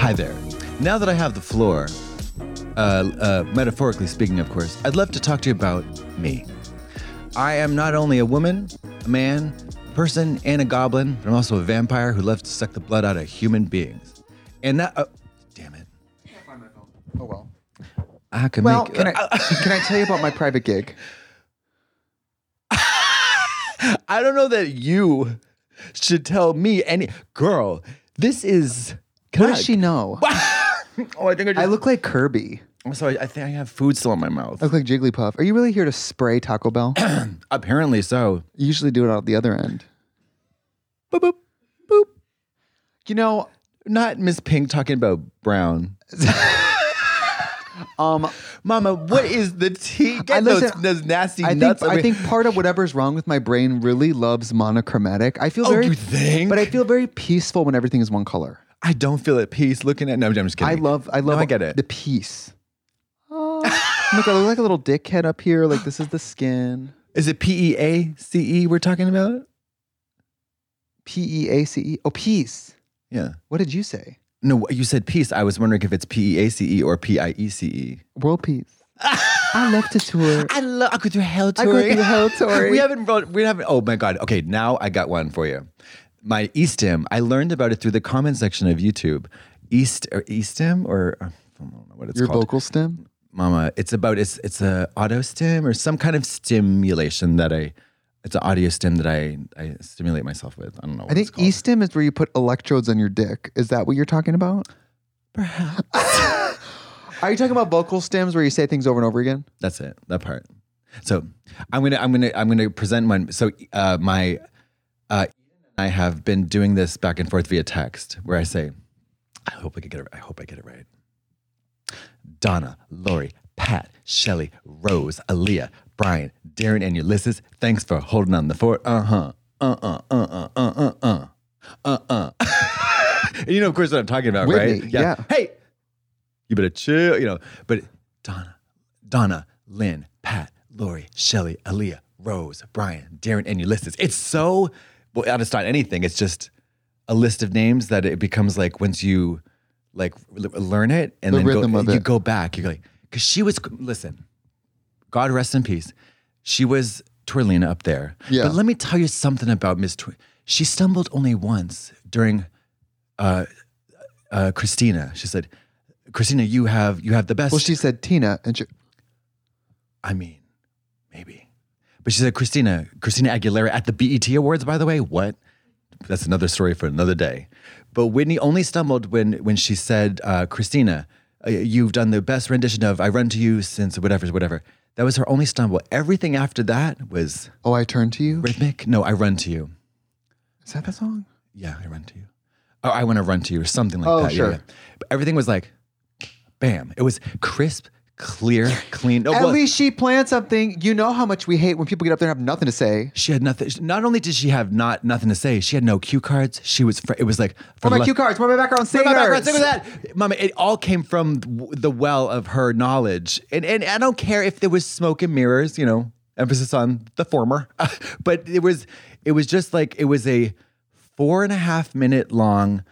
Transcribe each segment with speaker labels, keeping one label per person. Speaker 1: Hi there. Now that I have the floor, uh, uh, metaphorically speaking, of course, I'd love to talk to you about me. I am not only a woman, a man, a person, and a goblin, but I'm also a vampire who loves to suck the blood out of human beings. And that, uh, damn it,
Speaker 2: Oh well.
Speaker 1: I could
Speaker 2: Well,
Speaker 1: make. uh,
Speaker 2: can I can I tell you about my private gig?
Speaker 1: I don't know that you should tell me any girl. This is. Can
Speaker 2: What
Speaker 1: I,
Speaker 2: does she know?
Speaker 1: Oh, I think I just.
Speaker 2: I look like Kirby.
Speaker 1: I'm sorry. I think I have food still in my mouth.
Speaker 2: I look like Jigglypuff. Are you really here to spray Taco Bell? you
Speaker 1: Apparently so.
Speaker 2: usually do it out the other end.
Speaker 1: Boop boop boop.
Speaker 2: You know,
Speaker 1: Not Miss Pink talking about brown.
Speaker 2: um,
Speaker 1: Mama, what is the tea? Get
Speaker 2: I listen-
Speaker 1: those, those nasty
Speaker 2: I think
Speaker 1: nuts.
Speaker 2: I
Speaker 1: away.
Speaker 2: think part of whatever's wrong with my brain really loves monochromatic. I feel
Speaker 1: Oh,
Speaker 2: very
Speaker 1: you think?
Speaker 2: but I feel very peaceful when everything is one color.
Speaker 1: I don't feel at peace looking at. No, I'm just
Speaker 2: I
Speaker 1: kidding.
Speaker 2: love I love
Speaker 1: I get it.
Speaker 2: the peace. Oh, look, I look like a little dickhead up here. Like this is the skin.
Speaker 1: Is it P E A C E we're talking about?
Speaker 2: P E A C E. Oh, peace.
Speaker 1: Yeah.
Speaker 2: What did you say?
Speaker 1: No, you said peace. I was wondering if it's P E A C E or P I E C E.
Speaker 2: World peace. I love to tour.
Speaker 1: I love. I could do hell
Speaker 2: I go
Speaker 1: touring.
Speaker 2: through hell touring.
Speaker 1: we haven't. brought- We haven't. Oh my god. Okay, now I got one for you. My Eastim. I learned about it through the comment section of YouTube. E East or Eastim or uh, I don't know what it's
Speaker 2: Your
Speaker 1: called.
Speaker 2: vocal stem.
Speaker 1: Mama, it's about it's it's a auto stim or some kind of stimulation that I it's an audio stim that I I stimulate myself with. I don't know. What
Speaker 2: I think
Speaker 1: it's called.
Speaker 2: E stem is where you put electrodes on your dick. Is that what you're talking about? Perhaps. Are you talking about vocal stems where you say things over and over again?
Speaker 1: That's it. That part. So I'm gonna I'm gonna I'm gonna present one. So uh, my uh, I have been doing this back and forth via text where I say, I hope I could get it. I hope I get it right. Donna, Lori, Pat, Shelly, Rose, Aaliyah, Brian, Darren, and Ulysses. Thanks for holding on the fort. Uh huh. Uh uh uh uh uh uh uh uh uh. And you know, of course, what I'm talking about,
Speaker 2: Whitney,
Speaker 1: right?
Speaker 2: yeah.
Speaker 1: Hey, you better chill. You know, but Donna, Donna, Lynn, Pat, Lori, Shelly, Aaliyah, Rose, Brian, Darren, and Ulysses. It's so well, it's not anything. It's just a list of names that it becomes like once you like l- learn it and
Speaker 2: The
Speaker 1: then
Speaker 2: rhythm
Speaker 1: go,
Speaker 2: of
Speaker 1: you
Speaker 2: it.
Speaker 1: go back. You're like, because she was listen. God rest in peace. She was Twirlina up there.
Speaker 2: Yeah.
Speaker 1: But let me tell you something about Miss Twir. She stumbled only once during uh, uh, Christina. She said, "Christina, you have you have the best."
Speaker 2: Well, she said Tina, and she,
Speaker 1: I mean, maybe. But she said, Christina, Christina Aguilera at the BET Awards, by the way. What? That's another story for another day. But Whitney only stumbled when when she said, uh, Christina, uh, you've done the best rendition of I Run to You since whatever, whatever. That was her only stumble. Everything after that was
Speaker 2: "Oh, I turn to you."
Speaker 1: rhythmic. No, I Run to You.
Speaker 2: Is that the song?
Speaker 1: Yeah, I Run to You. Or I Want to Run to You or something like
Speaker 2: Oh,
Speaker 1: that. Yeah,
Speaker 2: sure.
Speaker 1: yeah. But everything was like, bam. It was crisp, clear, clean. Oh,
Speaker 2: At
Speaker 1: well-
Speaker 2: least she planned something. You know how much we hate when people get up there and have nothing to say.
Speaker 1: She had nothing. Not only did she have not nothing to say, she had no cue cards. She was. Fr- it was like
Speaker 2: Where
Speaker 1: from
Speaker 2: are my cue cards? Where are my background singers?
Speaker 1: My background, look at that, Mama. It all came from w- the well of her knowledge, and and I don't care if there was smoke and mirrors. You know, emphasis on the former, but it was it was just like it was a four and a half minute long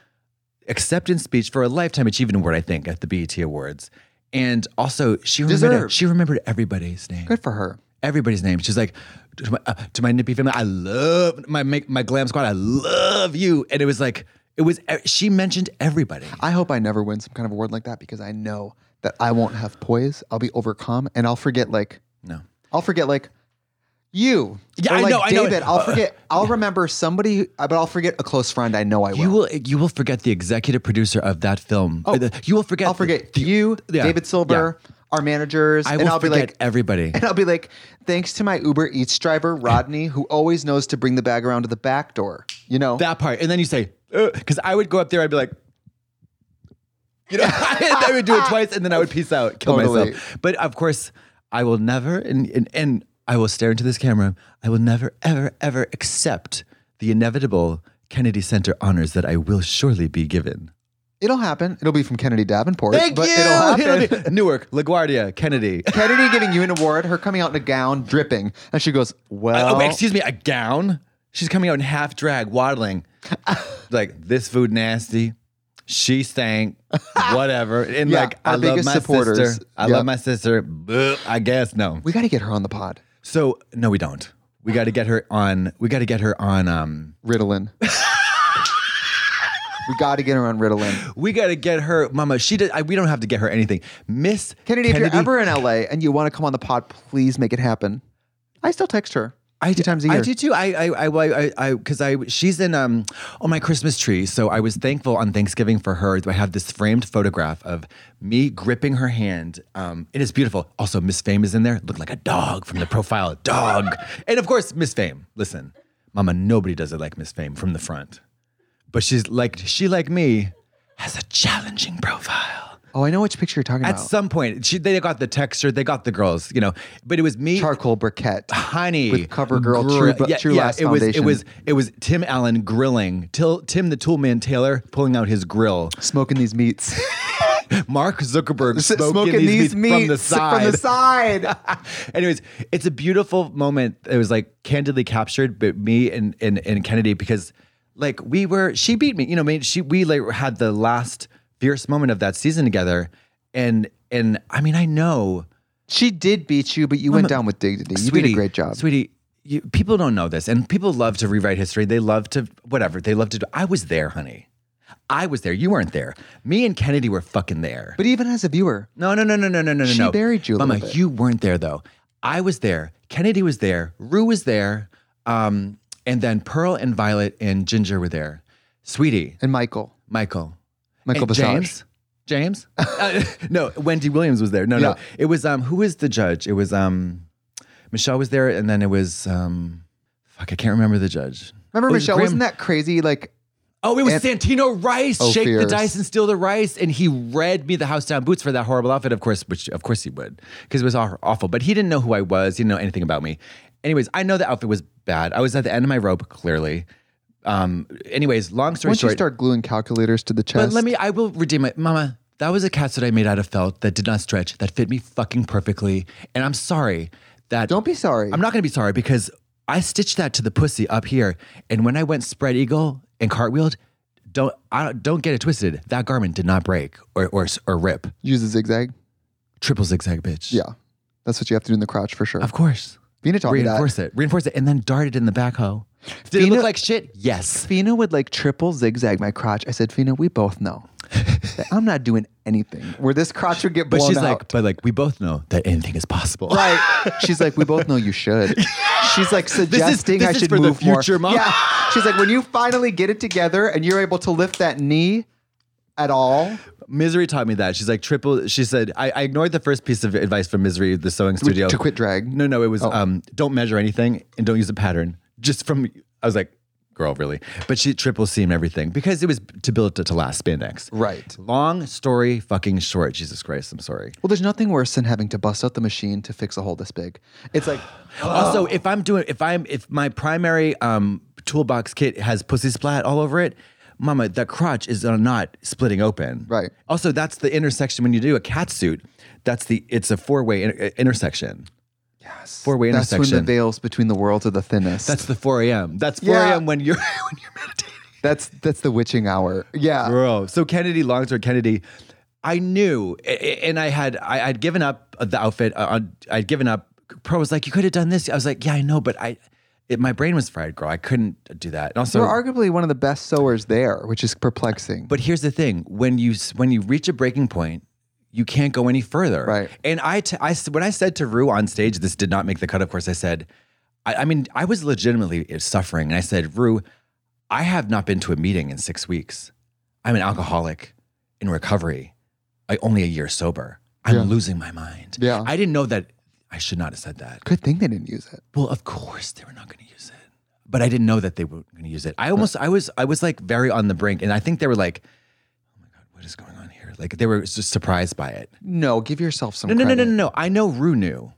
Speaker 1: acceptance speech for a lifetime achievement award. I think at the BET Awards, E and also she remembered
Speaker 2: Deserved.
Speaker 1: she remembered everybody's name
Speaker 2: Good for her.
Speaker 1: everybody's name. She's like, to my, uh, to my nippy family, I love my make, my glam squad. I love you. And it was like, it was. e, She mentioned everybody.
Speaker 2: I hope I never win some kind of award like that because I know that I won't have poise. I'll be overcome and I'll forget like
Speaker 1: No.
Speaker 2: I'll forget like you.
Speaker 1: Yeah,
Speaker 2: or,
Speaker 1: I
Speaker 2: like,
Speaker 1: know, I know. Uh,
Speaker 2: David, I'll forget. I'll remember somebody, uh, but I'll forget a close friend. I know I will.
Speaker 1: You will you will forget the executive producer of that film. Oh, you will forget.
Speaker 2: I'll forget
Speaker 1: the-
Speaker 2: you,
Speaker 1: yeah,
Speaker 2: David Silver, our managers,
Speaker 1: I
Speaker 2: and
Speaker 1: will
Speaker 2: I'll be
Speaker 1: forget
Speaker 2: like.
Speaker 1: everybody.
Speaker 2: and I'll be like, thanks to my Uber Eats driver, Rodney, who always knows to bring the bag around to the back door. You know?
Speaker 1: that part. And then you say, because I would go up there, I'd be like, you know, I would do it twice and then I would peace out, kill
Speaker 2: Totally.
Speaker 1: myself. But of course, I will never, and, and, and I will stare into this camera, I will never, ever, ever accept the inevitable Kennedy Center honors that I will surely be given.
Speaker 2: it'll happen. It'll be from Kennedy Davenport.
Speaker 1: Thank
Speaker 2: but
Speaker 1: you.
Speaker 2: It'll happen.
Speaker 1: It'll be- Newark, LaGuardia, Kennedy.
Speaker 2: Kennedy giving you an award, her coming out in a gown, dripping, and she goes,
Speaker 1: Uh,
Speaker 2: "Well,
Speaker 1: oh, excuse me, a gown? She's coming out in half drag, waddling. like, this food nasty. She stank, whatever. And
Speaker 2: Yeah,
Speaker 1: like, I
Speaker 2: our
Speaker 1: love
Speaker 2: biggest
Speaker 1: my
Speaker 2: supporters.
Speaker 1: sister. I
Speaker 2: Yep.
Speaker 1: love my sister. Bleh, I guess no.
Speaker 2: we got to get her on the pod."
Speaker 1: So no, we don't. We got to get her on. We got to get her on. Um,
Speaker 2: Ritalin. we got to get her on Ritalin.
Speaker 1: we got to get her, Mama. She did. I, we don't have to get her anything. Miss
Speaker 2: Kennedy, if you're ever in LA and you want to come on the pod, please make it happen. I still text her.
Speaker 1: I
Speaker 2: two
Speaker 1: do-
Speaker 2: times a year.
Speaker 1: I do too. I I I I- I because I, she's in um on my Christmas tree. So I was thankful on Thanksgiving for her. I have this framed photograph of me gripping her hand. Um, it is beautiful. Also, Miss Fame is in there. Looked like a dog from the profile. Dog, and of course Miss Fame. Listen, Mama, nobody does it like Miss Fame from the front. But she's like she like me has a challenging profile.
Speaker 2: Oh, I know which picture you're talking
Speaker 1: At
Speaker 2: about.
Speaker 1: some point, she, they got the texture, they got the girls, you know. But it was me
Speaker 2: Charcoal briquette.
Speaker 1: honey
Speaker 2: With CoverGirl,
Speaker 1: grill-
Speaker 2: True Bu- True Lies
Speaker 1: it was it
Speaker 2: Foundation.
Speaker 1: was it was Tim Allen grilling till Tim the Toolman Taylor pulling out his grill
Speaker 2: Smoking these meats.
Speaker 1: Mark Zuckerberg
Speaker 2: Smoking,
Speaker 1: smoking,
Speaker 2: these meats
Speaker 1: from the side
Speaker 2: From the side.
Speaker 1: Anyways, it's a beautiful moment. It was like candidly captured, but me and and and Kennedy because like we were she beat me. You know, I mean she we like had the last fierce moment of that season together, and and I mean I know
Speaker 2: she did beat you, but you went down with dignity. You did a great job.
Speaker 1: sweetie. You, people don't know this, and people love to rewrite history. They love to whatever. They love to do. I was there, honey. I was there. You weren't there. Me and Kennedy were fucking there.
Speaker 2: But even as a viewer,
Speaker 1: no, no, no, no, no, no, no.
Speaker 2: She
Speaker 1: no.
Speaker 2: buried you a
Speaker 1: Mama.
Speaker 2: little bit.
Speaker 1: You weren't there though. I was there. Kennedy was there. Rue was there. Um, and then Pearl and Violet and Ginger were there. Sweetie,
Speaker 2: and Michael,
Speaker 1: Michael,
Speaker 2: Michael
Speaker 1: and
Speaker 2: Basage.
Speaker 1: James. James? Uh, no, Wendy Williams was there. No, no.
Speaker 2: Yeah.
Speaker 1: It was um who was the judge? It was um Michelle was there and then it was um fuck, I can't remember the judge.
Speaker 2: Remember
Speaker 1: It was
Speaker 2: Michelle?
Speaker 1: Graham-
Speaker 2: wasn't that crazy? Like
Speaker 1: Oh, it was
Speaker 2: Ant-
Speaker 1: Santino Rice.
Speaker 2: Oh,
Speaker 1: Shake the
Speaker 2: fierce.
Speaker 1: dice and steal the rice. And he read me the house down boots for that horrible outfit, of course, which of course he would, because it was aw- awful. But he didn't know who I was. He didn't know anything about me. Anyways, I know the outfit was bad. I was at the end of my rope, clearly. Um, anyways, long story
Speaker 2: once
Speaker 1: short.
Speaker 2: you start gluing calculators to the chest,
Speaker 1: But let me, I will redeem it. Mama, that was a catsuit I made out of felt that did not stretch, that fit me fucking perfectly. And I'm sorry that.
Speaker 2: Don't be sorry.
Speaker 1: I'm not going to be sorry because I stitched that to the pussy up here. And when I went spread eagle and cartwheeled, don't I don't- don't get it twisted. That garment did not break or or or rip.
Speaker 2: use a zigzag.
Speaker 1: Triple zigzag, bitch.
Speaker 2: Yeah, that's what you have to do in the crotch for sure.
Speaker 1: of course.
Speaker 2: Fina taught me that.
Speaker 1: Reinforce it, reinforce it, and then dart it in the backhoe. Did it
Speaker 2: Fina-
Speaker 1: look like shit? Yes.
Speaker 2: Fina would like triple zigzag my crotch. I said, Fina, we both know that I'm not doing anything where this crotch would get
Speaker 1: But
Speaker 2: blown
Speaker 1: she's
Speaker 2: out.
Speaker 1: like, but like we both know that anything is possible.
Speaker 2: Right. She's like, we both know you should. She's like suggesting
Speaker 1: this
Speaker 2: I
Speaker 1: is
Speaker 2: should
Speaker 1: for the
Speaker 2: move more.
Speaker 1: future, Mom.
Speaker 2: Yeah. She's like, when you finally get it together and you're able to lift that knee at all,
Speaker 1: Misery taught me that. She's like triple. She said I, I ignored the first piece of advice from Misery, the sewing studio,
Speaker 2: to quit drag. Oh.
Speaker 1: No, no, it was um, don't measure anything and don't use a pattern. Just from I was like, girl, really. But she triple seam everything because it was to build it to last spandex.
Speaker 2: Right.
Speaker 1: Long story, fucking short. Jesus Christ, I'm sorry.
Speaker 2: Well, there's nothing worse than having to bust out the machine to fix a hole this big. It's like,
Speaker 1: Also,
Speaker 2: Oh.
Speaker 1: if I'm doing, if I'm, if my primary um, toolbox kit has pussy splat all over it, mama, that crotch is uh, not splitting open.
Speaker 2: Right.
Speaker 1: Also, that's the intersection when you do a cat suit. That's the, it's a four way inter- uh, intersection. Yes. Four way
Speaker 2: that's when
Speaker 1: intersection.
Speaker 2: the veils between the worlds are the thinnest.
Speaker 1: that's the 4 a.m. That's 4
Speaker 2: Yeah.
Speaker 1: a.m. when you're, when you're meditating.
Speaker 2: that's that's the witching hour. Yeah.
Speaker 1: Bro. So Kennedy, long story Kennedy, I knew, a- a- and I had, I, I'd given up the outfit. uh, on- I'd given up Pro was like, you could have done this. I was like, yeah, I know, but I, it, my brain was fried, girl. I couldn't do that. And also,
Speaker 2: We're arguably one of the best sewers there, which is perplexing.
Speaker 1: But here's the thing: when you when you reach a breaking point, you can't go any further.
Speaker 2: Right.
Speaker 1: And I, t- I s- when I said to Rue on stage, this did not make the cut. Of course, I said, I, I mean, I was legitimately eh, suffering, and I said, Rue, I have not been to a meeting in six weeks. I'm an alcoholic in recovery, I, only a year sober. I'm losing my mind.
Speaker 2: Yeah.
Speaker 1: I didn't know that. I should not have said that.
Speaker 2: Good thing they didn't use it.
Speaker 1: Well, of course they were not going to use it, but I didn't know that they were going to use it. I almost, I was, I was like very on the brink, and I think they were like, "Oh my god, what is going on here?" Like they were just surprised by it.
Speaker 2: No, give yourself some
Speaker 1: No, no, no,
Speaker 2: credit.
Speaker 1: no, no, no. I know Rue knew.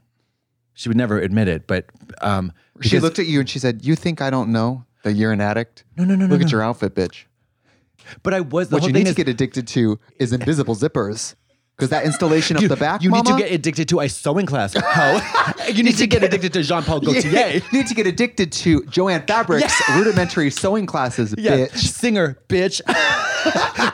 Speaker 1: She would never admit it, but um,
Speaker 2: She
Speaker 1: because-
Speaker 2: looked at you and she said, "You think I don't know that you're an addict? No, no, no. Look at your outfit, bitch.
Speaker 1: But I was. The
Speaker 2: What
Speaker 1: whole
Speaker 2: you
Speaker 1: thing
Speaker 2: need to
Speaker 1: is,
Speaker 2: get addicted to is invisible zippers, because that installation up
Speaker 1: you,
Speaker 2: the back,
Speaker 1: you need
Speaker 2: mama,
Speaker 1: to get addicted to a sewing class. Ho. you need to get addicted to Jean Paul Gaultier.
Speaker 2: you need to get addicted to Joanne Fabric's rudimentary sewing classes,
Speaker 1: Yeah.
Speaker 2: bitch.
Speaker 1: Singer, bitch.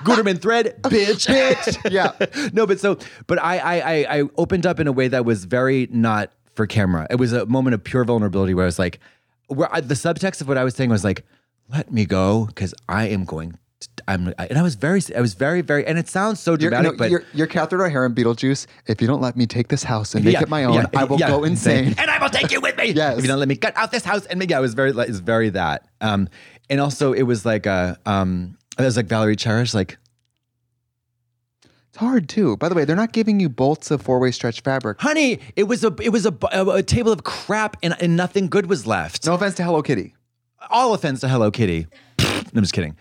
Speaker 1: Guterman thread, bitch. bitch.
Speaker 2: Yeah.
Speaker 1: no, but so, but I, I, I, I opened up in a way that was very not for camera. It was a moment of pure vulnerability where I was like, where I, the subtext of what I was saying was like, let me go because I am going. To, I'm, and I was very, I was very, very, and it sounds so
Speaker 2: You're,
Speaker 1: dramatic,
Speaker 2: no,
Speaker 1: but
Speaker 2: you're, you're Catherine O'Hara in Beetlejuice. If you don't let me take this house and make
Speaker 1: Yeah,
Speaker 2: it my own,
Speaker 1: yeah,
Speaker 2: I will
Speaker 1: yeah,
Speaker 2: go insane.
Speaker 1: And I will take you with me.
Speaker 2: Yes.
Speaker 1: If you don't let me cut out this house and make yeah, it was very like it's very that. Um and also it was like a um it was like Valerie Cherish, like
Speaker 2: It's hard too. By the way, they're not giving you bolts of four way stretch fabric.
Speaker 1: honey, it was a it was a, bu- a, a table of crap and, and nothing good was left.
Speaker 2: No offense to Hello Kitty.
Speaker 1: All offense to Hello Kitty. I'm just kidding.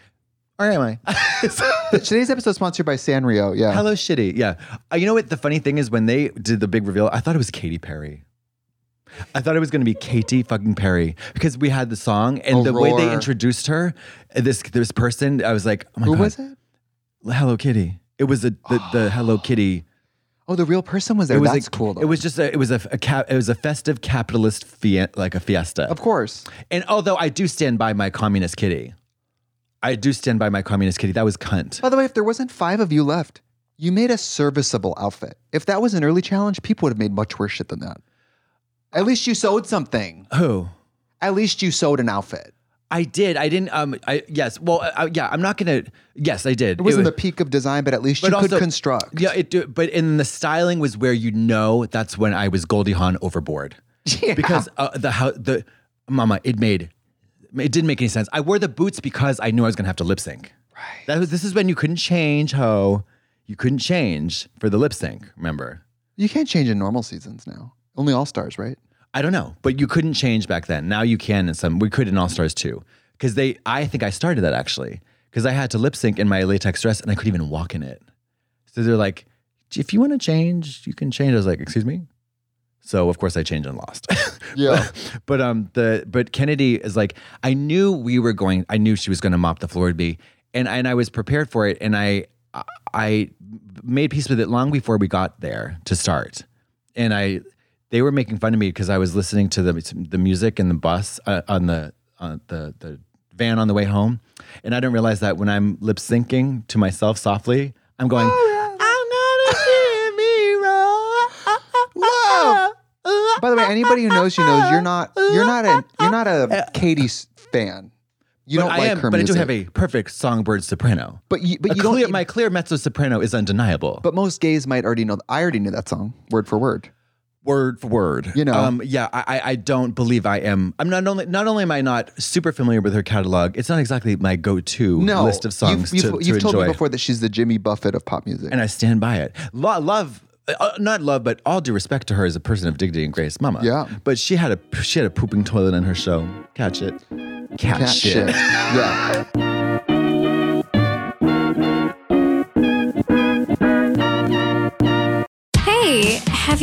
Speaker 2: Or am I? Today's episode is sponsored by Sanrio. Yeah.
Speaker 1: Hello Shitty. Yeah. Uh, you know what the funny thing is when they did the big reveal, I thought it was Katy Perry. I thought it was going to be Katy fucking Perry because we had the song and the way they
Speaker 2: Aurora.
Speaker 1: introduced her, this this person, I was like, oh my
Speaker 2: Who
Speaker 1: god,
Speaker 2: was it?
Speaker 1: Hello Kitty. It was a, the, the Hello Kitty.
Speaker 2: Oh, the real person was there.
Speaker 1: It was
Speaker 2: That's
Speaker 1: a,
Speaker 2: cool. Though.
Speaker 1: It was just a, it was a, a ca- it was a festive capitalist fia- like a fiesta.
Speaker 2: of course.
Speaker 1: And although I do stand by my communist kitty, I do stand by my communist kitty. That was cunt.
Speaker 2: By the way, if there wasn't five of you left, you made a serviceable outfit. If that was an early challenge, people would have made much worse shit than that. At least you sewed something.
Speaker 1: Who?
Speaker 2: At least you sewed an outfit.
Speaker 1: I did. I didn't. Um. I yes. Well. Uh, yeah. I'm not gonna. Yes, I did.
Speaker 2: It wasn't
Speaker 1: was-
Speaker 2: the peak of design, but at least
Speaker 1: but
Speaker 2: you
Speaker 1: also-
Speaker 2: could construct.
Speaker 1: Yeah. It. do- But in the styling was where you know that's when I was Goldie Hawn overboard.
Speaker 2: Yeah.
Speaker 1: because uh, the how the mama it made it didn't make any sense. I wore the boots because I knew I was gonna have to lip sync. Right. That was this is when you couldn't change ho, you couldn't change for the lip sync. Remember,
Speaker 2: You can't change in normal seasons now. Only all stars, right?
Speaker 1: I don't know, but you couldn't change back then. Now you can in some. We could in All Stars too, because they. I think I started that actually because I had to lip sync in my latex dress and I couldn't even walk in it. So they're like, if you want to change, you can change. I was like, excuse me. So of course I changed and lost.
Speaker 2: Yeah.
Speaker 1: but um the but Kennedy is like I knew we were going I knew she was going to mop the floor with me and and I was prepared for it and I I made peace with it long before we got there to start and I they were making fun of me because I was listening to the the music in the bus uh, on the on the the van on the way home and I didn't realize that when I'm lip syncing to myself softly I'm going
Speaker 2: By the way, anybody who knows you knows you're not you're not a you're not a Katie s- fan. You
Speaker 1: but
Speaker 2: don't
Speaker 1: I
Speaker 2: like
Speaker 1: am,
Speaker 2: her
Speaker 1: but
Speaker 2: music.
Speaker 1: I do have a perfect songbird soprano.
Speaker 2: but you, but
Speaker 1: A
Speaker 2: you
Speaker 1: clear,
Speaker 2: don't. e,
Speaker 1: my clear mezzo soprano is undeniable.
Speaker 2: but most gays might already know. I already knew that song word for word.
Speaker 1: word for word,
Speaker 2: You know.
Speaker 1: um, yeah, I, I- I don't believe I am. I'm not only not only am I not super familiar with her catalog. It's not exactly my go-to
Speaker 2: No
Speaker 1: list of songs
Speaker 2: You've,
Speaker 1: to,
Speaker 2: you've,
Speaker 1: to
Speaker 2: you've
Speaker 1: enjoy.
Speaker 2: told me before that she's the Jimmy Buffett of pop music.
Speaker 1: and I stand by it. Lo- love, uh, not love, but all due respect to her as a person of dignity and grace, Mama.
Speaker 2: Yeah.
Speaker 1: But she had a she had a pooping toilet in her show. Catch it, catch, it.
Speaker 2: Cat yeah.
Speaker 3: Hey, have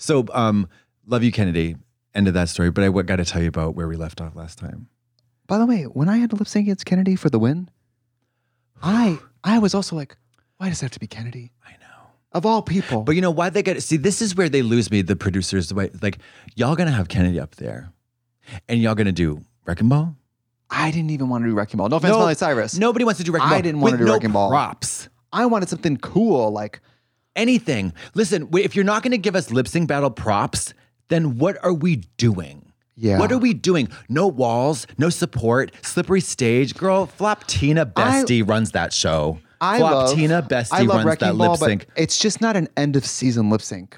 Speaker 1: So, um, love you, Kennedy. end of that story, but I got to tell you about where we left off last time.
Speaker 2: By the way, when I had to lip sync against Kennedy for the win, I I was also like, why does it have to be Kennedy?
Speaker 1: I know.
Speaker 2: Of all people.
Speaker 1: But you know why they get see this is where they lose me the producers the way like y'all gonna have Kennedy up there and y'all gonna do Wrecking Ball?
Speaker 2: I didn't even want to do Wrecking Ball. No offense, Miley Cyrus.
Speaker 1: Nobody wants to do Wrecking
Speaker 2: I
Speaker 1: Ball.
Speaker 2: didn't wanna
Speaker 1: with
Speaker 2: do
Speaker 1: no
Speaker 2: Wrecking Ball.
Speaker 1: Props.
Speaker 2: I wanted something cool. Like,
Speaker 1: Anything. Listen, w- if you're not gonna give us lip sync battle props, then what are we doing?
Speaker 2: Yeah.
Speaker 1: What are we doing? No walls, no support, slippery stage. Girl, Flop Tina
Speaker 2: I-
Speaker 1: Bestie runs that show.
Speaker 2: I
Speaker 1: Flop
Speaker 2: love
Speaker 1: Tina Bestie
Speaker 2: I love
Speaker 1: runs
Speaker 2: Wrecking
Speaker 1: that
Speaker 2: Ball,
Speaker 1: lip sync.
Speaker 2: But it's just not an end of season lip sync.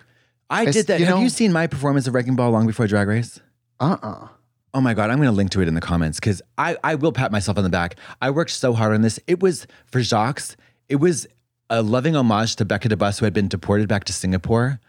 Speaker 1: I
Speaker 2: it's-
Speaker 1: did that.
Speaker 2: you
Speaker 1: have
Speaker 2: know-
Speaker 1: you seen my performance of Wrecking Ball long before Drag Race?
Speaker 2: Uh uh
Speaker 1: Oh my God, I'm going to link to it in the comments because I, I will pat myself on the back. I worked so hard on this. It was for Jacques, it was a loving homage to Becca DeBus, who had been deported back to Singapore.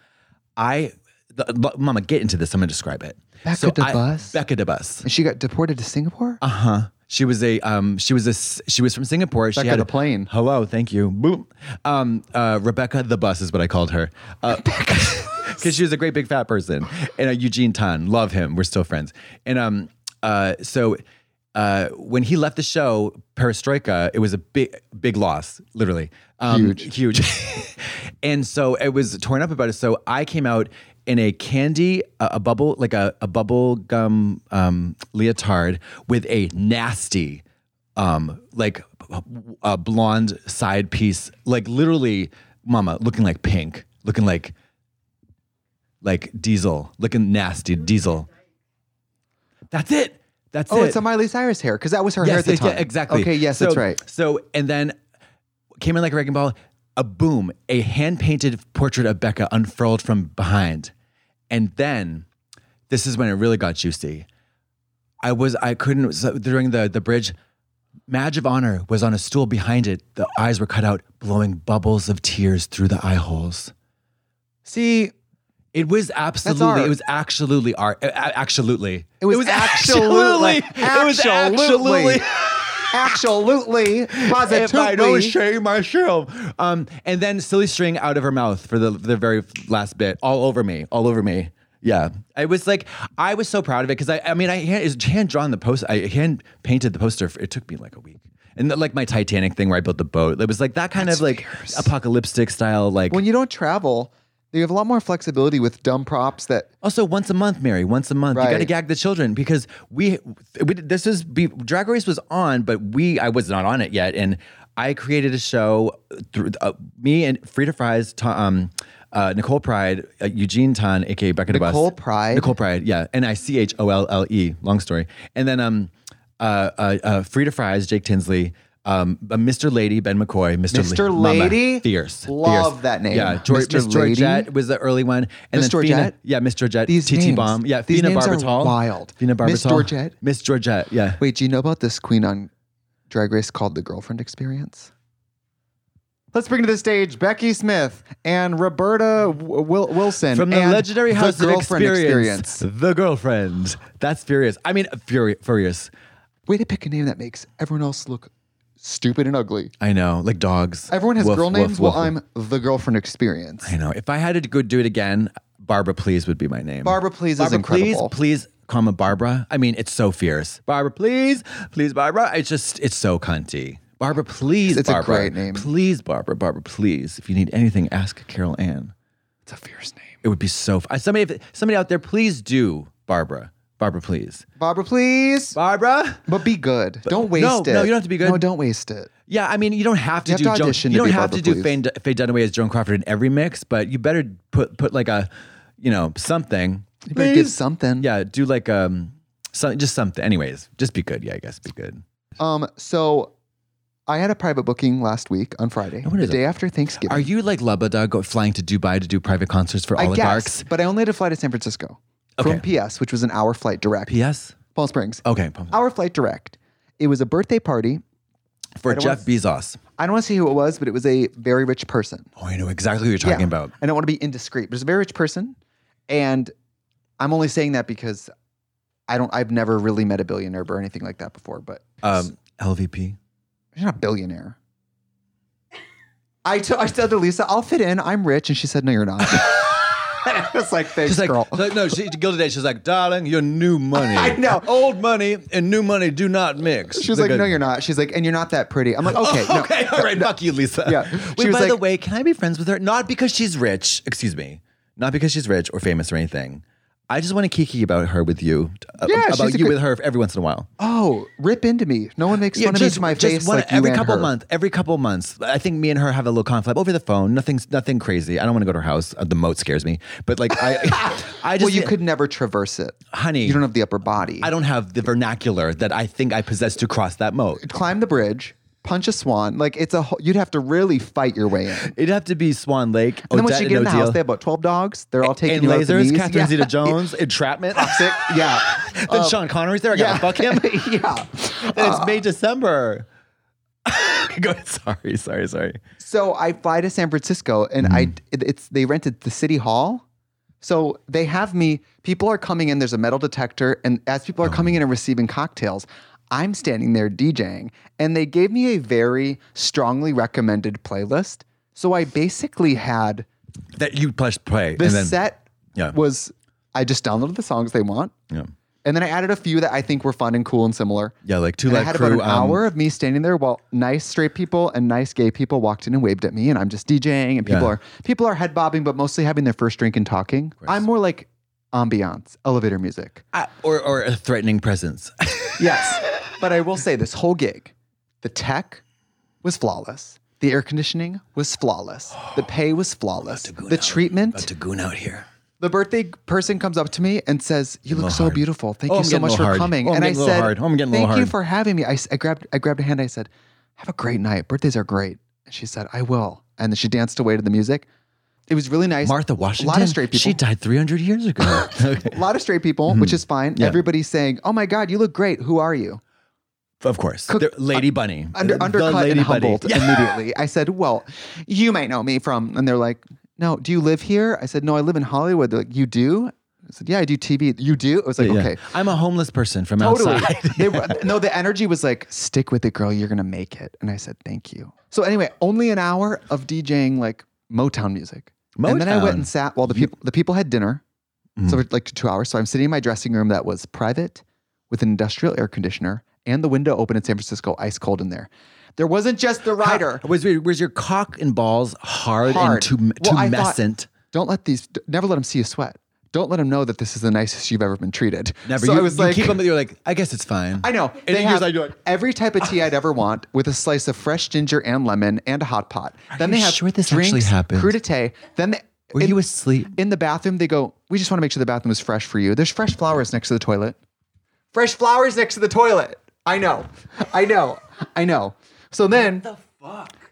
Speaker 1: I, the, the- Mama, get into this. I'm going to describe it.
Speaker 2: Becca
Speaker 1: I-
Speaker 2: DeBus?
Speaker 1: Becca DeBus.
Speaker 2: And she got deported to Singapore?
Speaker 1: Uh huh. She was a um. She was a s- she was from Singapore. she
Speaker 2: Becca
Speaker 1: had
Speaker 2: the plane.
Speaker 1: Hello, thank you. Boom. Um. Uh. Rebecca the bus is what I called her. Uh, because she was a great big fat person. And uh, Eugene Tan, love him. We're still friends. And um. Uh. So. Uh, when he left the show, Perestroika, it was a big, big loss, literally. Um,
Speaker 2: Huge.
Speaker 1: Huge. and so it was torn up about it. So I came out in a candy, a, a bubble, like a, a bubble gum um, leotard with a nasty, um, like a blonde side piece, like literally, mama, looking like pink, looking like, like diesel, looking nasty diesel. That's it. That's
Speaker 2: oh,
Speaker 1: it
Speaker 2: it's a Miley Cyrus hair because that was her hair at the
Speaker 1: yes,
Speaker 2: time.
Speaker 1: yeah, exactly.
Speaker 2: Okay, yes,
Speaker 1: So-
Speaker 2: that's right.
Speaker 1: So, and then came in like a wrecking ball. A boom, a hand painted portrait of Becca unfurled from behind, and then this is when it really got juicy. I was I couldn't so during the the bridge. Madge of Honor was on a stool behind it. The eyes were cut out, blowing bubbles of tears through the eye holes.
Speaker 2: See,
Speaker 1: It was absolutely.
Speaker 2: art.
Speaker 1: It was absolutely art. a- a- Absolutely.
Speaker 2: It was absolutely-
Speaker 1: It was
Speaker 2: absolutely.
Speaker 1: absolutely.
Speaker 2: absolutely,
Speaker 1: if I don't
Speaker 2: positively.
Speaker 1: shave myself. Um, and then silly string out of her mouth for the the very last bit, all over me, all over me. Yeah, I was like, I was so proud of it because I, I mean, I hand, hand drawn the post, I hand painted the poster. For, it took me like a week, and the, like my Titanic thing where I built the boat. It was like that kind of like apocalyptic style. Like
Speaker 2: When you don't travel, you have a lot more flexibility with dumb props that
Speaker 1: also once a month, Mary, once a month, you got to
Speaker 2: Right.
Speaker 1: gag the children because we, we this is be, Drag Race was on, but we I was not on it yet, and I created a show through uh, me and Frida Fries, Ta- um, uh, Nicole Pride, uh, Eugene Tan, aka Becca DeBus,
Speaker 2: Nicole Pride?
Speaker 1: Nicole Pride, yeah, N I C H O L L E. Long story, and then um, uh, uh, uh, Frida Fries, Jake Tinsley. Um, uh, Mr. Lady, Ben McCoy, Mr.
Speaker 2: Mr.
Speaker 1: La- Mama,
Speaker 2: Lady?
Speaker 1: fierce,
Speaker 2: Love
Speaker 1: fierce.
Speaker 2: that name.
Speaker 1: Yeah, George,
Speaker 2: Mr.
Speaker 1: Miss Georgette
Speaker 2: Lady?
Speaker 1: was the early one, and
Speaker 2: Miss
Speaker 1: then Fina-
Speaker 2: Georgette?
Speaker 1: yeah, Miss Georgette,
Speaker 2: These
Speaker 1: TT
Speaker 2: names-
Speaker 1: Bomb. Yeah,
Speaker 2: these
Speaker 1: Fina
Speaker 2: names are
Speaker 1: Barbital.
Speaker 2: wild.
Speaker 1: Fina Barbital.
Speaker 2: Miss Georgette?
Speaker 1: Miss Georgette. Yeah.
Speaker 2: Wait, do you know about this queen on Drag Race called the Girlfriend Experience? Let's bring to the stage Becky Smith and Roberta W- Wil- Wilson
Speaker 1: From the
Speaker 2: and
Speaker 1: legendary
Speaker 2: The
Speaker 1: house of
Speaker 2: Girlfriend
Speaker 1: experience,
Speaker 2: Experience.
Speaker 1: the girlfriend. That's furious. I mean, furious. Furious.
Speaker 2: Way to pick a name that makes everyone else look stupid and ugly.
Speaker 1: I know, like dogs.
Speaker 2: Everyone has
Speaker 1: Woof,
Speaker 2: girl
Speaker 1: woof,
Speaker 2: names.
Speaker 1: woof,
Speaker 2: well,
Speaker 1: woof.
Speaker 2: I'm the Girlfriend Experience.
Speaker 1: I know. If I had to go do it again, Barbara Please would be my name.
Speaker 2: Barbara Please is
Speaker 1: Barbara
Speaker 2: incredible.
Speaker 1: Please, please, comma Barbara. I mean, it's so fierce. Barbara Please, please Barbara. It's just, it's so cunty. Barbara Please,
Speaker 2: It's a
Speaker 1: Barbara.
Speaker 2: great name.
Speaker 1: Please, Barbara, Barbara Please. If you need anything, ask Carol Ann.
Speaker 2: It's a fierce name.
Speaker 1: It would be so. F- somebody, if, somebody out there, please do Barbara. Barbara, please.
Speaker 2: Barbara, please.
Speaker 1: Barbara.
Speaker 2: But be good. don't waste
Speaker 1: no,
Speaker 2: it.
Speaker 1: no, you don't have to be good.
Speaker 2: No, don't waste it.
Speaker 1: Yeah, I mean, you don't have to
Speaker 2: You have
Speaker 1: do
Speaker 2: to
Speaker 1: Joan,
Speaker 2: audition
Speaker 1: You
Speaker 2: to
Speaker 1: don't
Speaker 2: be
Speaker 1: have to
Speaker 2: Barbara
Speaker 1: do
Speaker 2: Please.
Speaker 1: Faye, Faye Dunaway as Joan Crawford in every mix, but you better put put like a, you know, something.
Speaker 2: You better give
Speaker 1: Please.
Speaker 2: something.
Speaker 1: Yeah, do like um, some, just something. Anyways, just be good. Yeah, I guess be good.
Speaker 2: Um. So, I had a private booking last week on Friday,
Speaker 1: wonder
Speaker 2: the
Speaker 1: that-
Speaker 2: day after Thanksgiving.
Speaker 1: Are you like Labada go flying to Dubai to do private concerts for
Speaker 2: I
Speaker 1: oligarchs?
Speaker 2: guess, but I only had to fly to San Francisco
Speaker 1: Okay. Oh.
Speaker 2: from PS, which was an hour flight direct.
Speaker 1: P.S.
Speaker 2: Palm Springs,
Speaker 1: Okay,
Speaker 2: hour flight direct. It was a birthday party.
Speaker 1: for Jeff Bezos.
Speaker 2: I don't want to say who it was, but it was a very rich person.
Speaker 1: Oh, I know exactly who you're talking
Speaker 2: Yeah.
Speaker 1: about.
Speaker 2: I don't want to be indiscreet, but it's a very rich person, and I'm only saying that because I don't. I've never really met a billionaire or anything like that before, but
Speaker 1: Um, LVP.
Speaker 2: You're not a billionaire. I to- I said to Lisa, I'll fit in. I'm rich. And she said, No, you're not. it's like thanks,
Speaker 1: She's like,
Speaker 2: girl.
Speaker 1: like, no, she, Gilded Age, she's like, darling, your new money.
Speaker 2: I know.
Speaker 1: Old money and new money do not mix.
Speaker 2: She was like, no, you're not. She's like, and you're not that pretty. I'm like, okay, no.
Speaker 1: Oh, Okay, all right, fuck you, Lisa.
Speaker 2: Yeah.
Speaker 1: Wait,
Speaker 2: She was
Speaker 1: by
Speaker 2: like-
Speaker 1: the way, can I be friends with her? Not because she's rich, excuse me, not because she's rich or famous or anything. I just want to kiki about her with you, uh,
Speaker 2: Yeah, she's
Speaker 1: about
Speaker 2: a
Speaker 1: you
Speaker 2: good-
Speaker 1: with her every once in a while.
Speaker 2: Oh, rip into me. No one makes fun of me to my face
Speaker 1: one-
Speaker 2: like you
Speaker 1: every
Speaker 2: and
Speaker 1: couple
Speaker 2: her.
Speaker 1: months. Every couple months, I think me and her have a little conflict over the phone. Nothing's nothing crazy. I don't want to go to her house. Uh, the moat scares me. But like I, I just
Speaker 2: Well, you could never traverse it,
Speaker 1: Honey.
Speaker 2: You don't have the upper body.
Speaker 1: I don't have the vernacular that I think I possess to cross that moat.
Speaker 2: climb the bridge, punch a swan. Like it's a. whole- You'd have to really fight your way in. And
Speaker 1: It'd have to be Swan Lake. And
Speaker 2: then once you get in the house, they have about twelve dogs. They're all taking
Speaker 1: and
Speaker 2: you out at the
Speaker 1: lasers,
Speaker 2: knees.
Speaker 1: Catherine
Speaker 2: Yeah.
Speaker 1: Zeta Jones, entrapment.
Speaker 2: Sick. Yeah.
Speaker 1: then
Speaker 2: Um,
Speaker 1: Sean Connery's there. I gotta fuck him.
Speaker 2: yeah.
Speaker 1: And it's May December. Go ahead. Sorry, sorry, sorry.
Speaker 2: So I fly to San Francisco, and I it- it's they rented the city hall. So they have me. People are coming in. There's a metal detector, and as people are coming in and receiving cocktails, I'm standing there DJing, and they gave me a very strongly recommended playlist. So I basically had
Speaker 1: That you push play.
Speaker 2: the
Speaker 1: and then,
Speaker 2: set
Speaker 1: yeah.
Speaker 2: was I just downloaded the songs they want,
Speaker 1: Yeah.
Speaker 2: and then I added a few that I think were fun and cool and similar.
Speaker 1: Yeah, like two
Speaker 2: And I
Speaker 1: like
Speaker 2: had
Speaker 1: crew.
Speaker 2: about an
Speaker 1: um,
Speaker 2: hour of me standing there while nice straight people and nice gay people walked in and waved at me, and I'm just DJing, and people
Speaker 1: Yeah.
Speaker 2: are people are head bobbing, but mostly having their first drink and talking. I'm more like ambiance, elevator music.
Speaker 1: uh, or or a threatening presence.
Speaker 2: Yes, but I will say this whole gig, the tech was flawless. The air conditioning was flawless. The pay was flawless. The treatment.
Speaker 1: to goon out here.
Speaker 2: The birthday person comes up to me and says, "You look so
Speaker 1: hard.
Speaker 2: beautiful. Thank
Speaker 1: Oh, I'm
Speaker 2: you so
Speaker 1: getting a
Speaker 2: much
Speaker 1: little
Speaker 2: for
Speaker 1: hard.
Speaker 2: coming."
Speaker 1: Oh, I'm
Speaker 2: and I
Speaker 1: getting a little
Speaker 2: said,
Speaker 1: hard. Oh, I'm getting a
Speaker 2: "Thank
Speaker 1: little
Speaker 2: you
Speaker 1: hard."
Speaker 2: for having me." I, s- I grabbed I grabbed a hand. I said, "Have a great night. Birthdays are great." And she said, "I will." And then she danced away to the music. It was really nice.
Speaker 1: Martha Washington.
Speaker 2: A lot of straight people.
Speaker 1: She Hmm. died 300 years ago. okay.
Speaker 2: A lot of straight people, which is fine. Everybody's saying, "Oh my God, you look great. Who are you?"
Speaker 1: Of course. They're- Lady Bunny.
Speaker 2: uh, Under,
Speaker 1: The
Speaker 2: undercut and
Speaker 1: Lady Bunny.
Speaker 2: humbled immediately. I said, "Well, you might know me from," and they're like, "No, do you live here?" I said, "No, I live in Hollywood." They're like, "You do?" I said, "Yeah, I do TV." You do? I was like,
Speaker 1: Yeah.
Speaker 2: "Okay."
Speaker 1: I'm a homeless person from
Speaker 2: Totally.
Speaker 1: outside.
Speaker 2: They were- no, the energy was like, stick with it, girl. You're going to make it. And I said, thank you. So, anyway, only an hour of DJing like Motown music. And then I went
Speaker 1: Motown. Mm-hmm.
Speaker 2: and sat while the people, the people had dinner. So, for like two hours. So, I'm sitting in my dressing room that was private with an industrial air conditioner and the window open in San Francisco, ice cold in there. There wasn't just the rider.
Speaker 1: Was, was your cock and balls hard, and
Speaker 2: Hard.
Speaker 1: too,
Speaker 2: Well, I thought-
Speaker 1: tumescent?
Speaker 2: Don't let these, d- never let them see you sweat. Don't let them know that this is the nicest you've ever been treated.
Speaker 1: Never.
Speaker 2: So
Speaker 1: you,
Speaker 2: I was
Speaker 1: you
Speaker 2: like,
Speaker 1: keep them. You're like, I guess it's fine.
Speaker 2: I know.
Speaker 1: And he
Speaker 2: They
Speaker 1: was
Speaker 2: have
Speaker 1: like, you're like,
Speaker 2: every type of tea I'd ever want with a slice of fresh ginger and lemon and a hot pot. then
Speaker 1: you
Speaker 2: they have
Speaker 1: sure this
Speaker 2: drinks,
Speaker 1: actually happened?
Speaker 2: crudité. Then they,
Speaker 1: Were
Speaker 2: in,
Speaker 1: you asleep?
Speaker 2: in the bathroom, they go, we just want to make sure the bathroom is fresh for you. There's fresh flowers next to the toilet. Fresh flowers next to the toilet. I know. I know. I know. So then,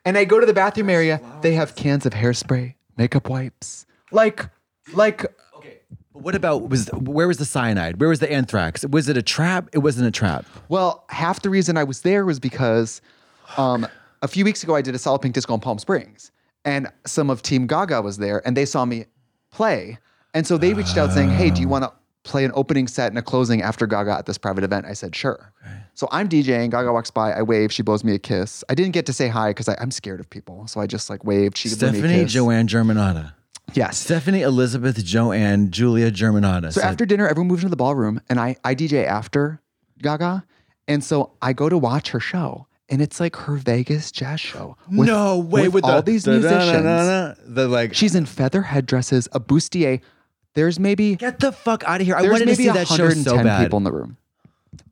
Speaker 2: and I go to the bathroom area. They have cans of hairspray, makeup wipes, like, like
Speaker 1: But what about was where was the cyanide? Where was the anthrax? Was it a trap? It wasn't a trap.
Speaker 2: Well, half the reason I was there was because um, a few weeks ago I did a solid pink disco in Palm Springs, and some of Team Gaga was there, and they saw me play, and so they reached out saying, "Hey, do you want to play an opening set and a closing after Gaga at this private event?" I said, "Sure." So I'm DJing. Gaga walks by. I wave. She blows me a kiss. I didn't get to say hi because I'm scared of people, so I just like waved. She gave me a
Speaker 1: Stephanie
Speaker 2: kiss.
Speaker 1: Joanne Germanata.
Speaker 2: Yes.
Speaker 1: Stephanie Elizabeth Joanne Julia Germanata.
Speaker 2: So
Speaker 1: said-
Speaker 2: after dinner, everyone moves into the ballroom, and I I DJ after Gaga, and so I go to watch her show, and it's like her Vegas jazz show. with-
Speaker 1: no way
Speaker 2: with,
Speaker 1: with
Speaker 2: all
Speaker 1: the,
Speaker 2: these musicians.
Speaker 1: da-da-da-da-da, The like.
Speaker 2: She's in feather headdresses, a bustier. There's maybe
Speaker 1: Get the fuck out of here! I
Speaker 2: there's
Speaker 1: wanted to
Speaker 2: maybe
Speaker 1: see that show
Speaker 2: 110
Speaker 1: so bad.
Speaker 2: people in the room,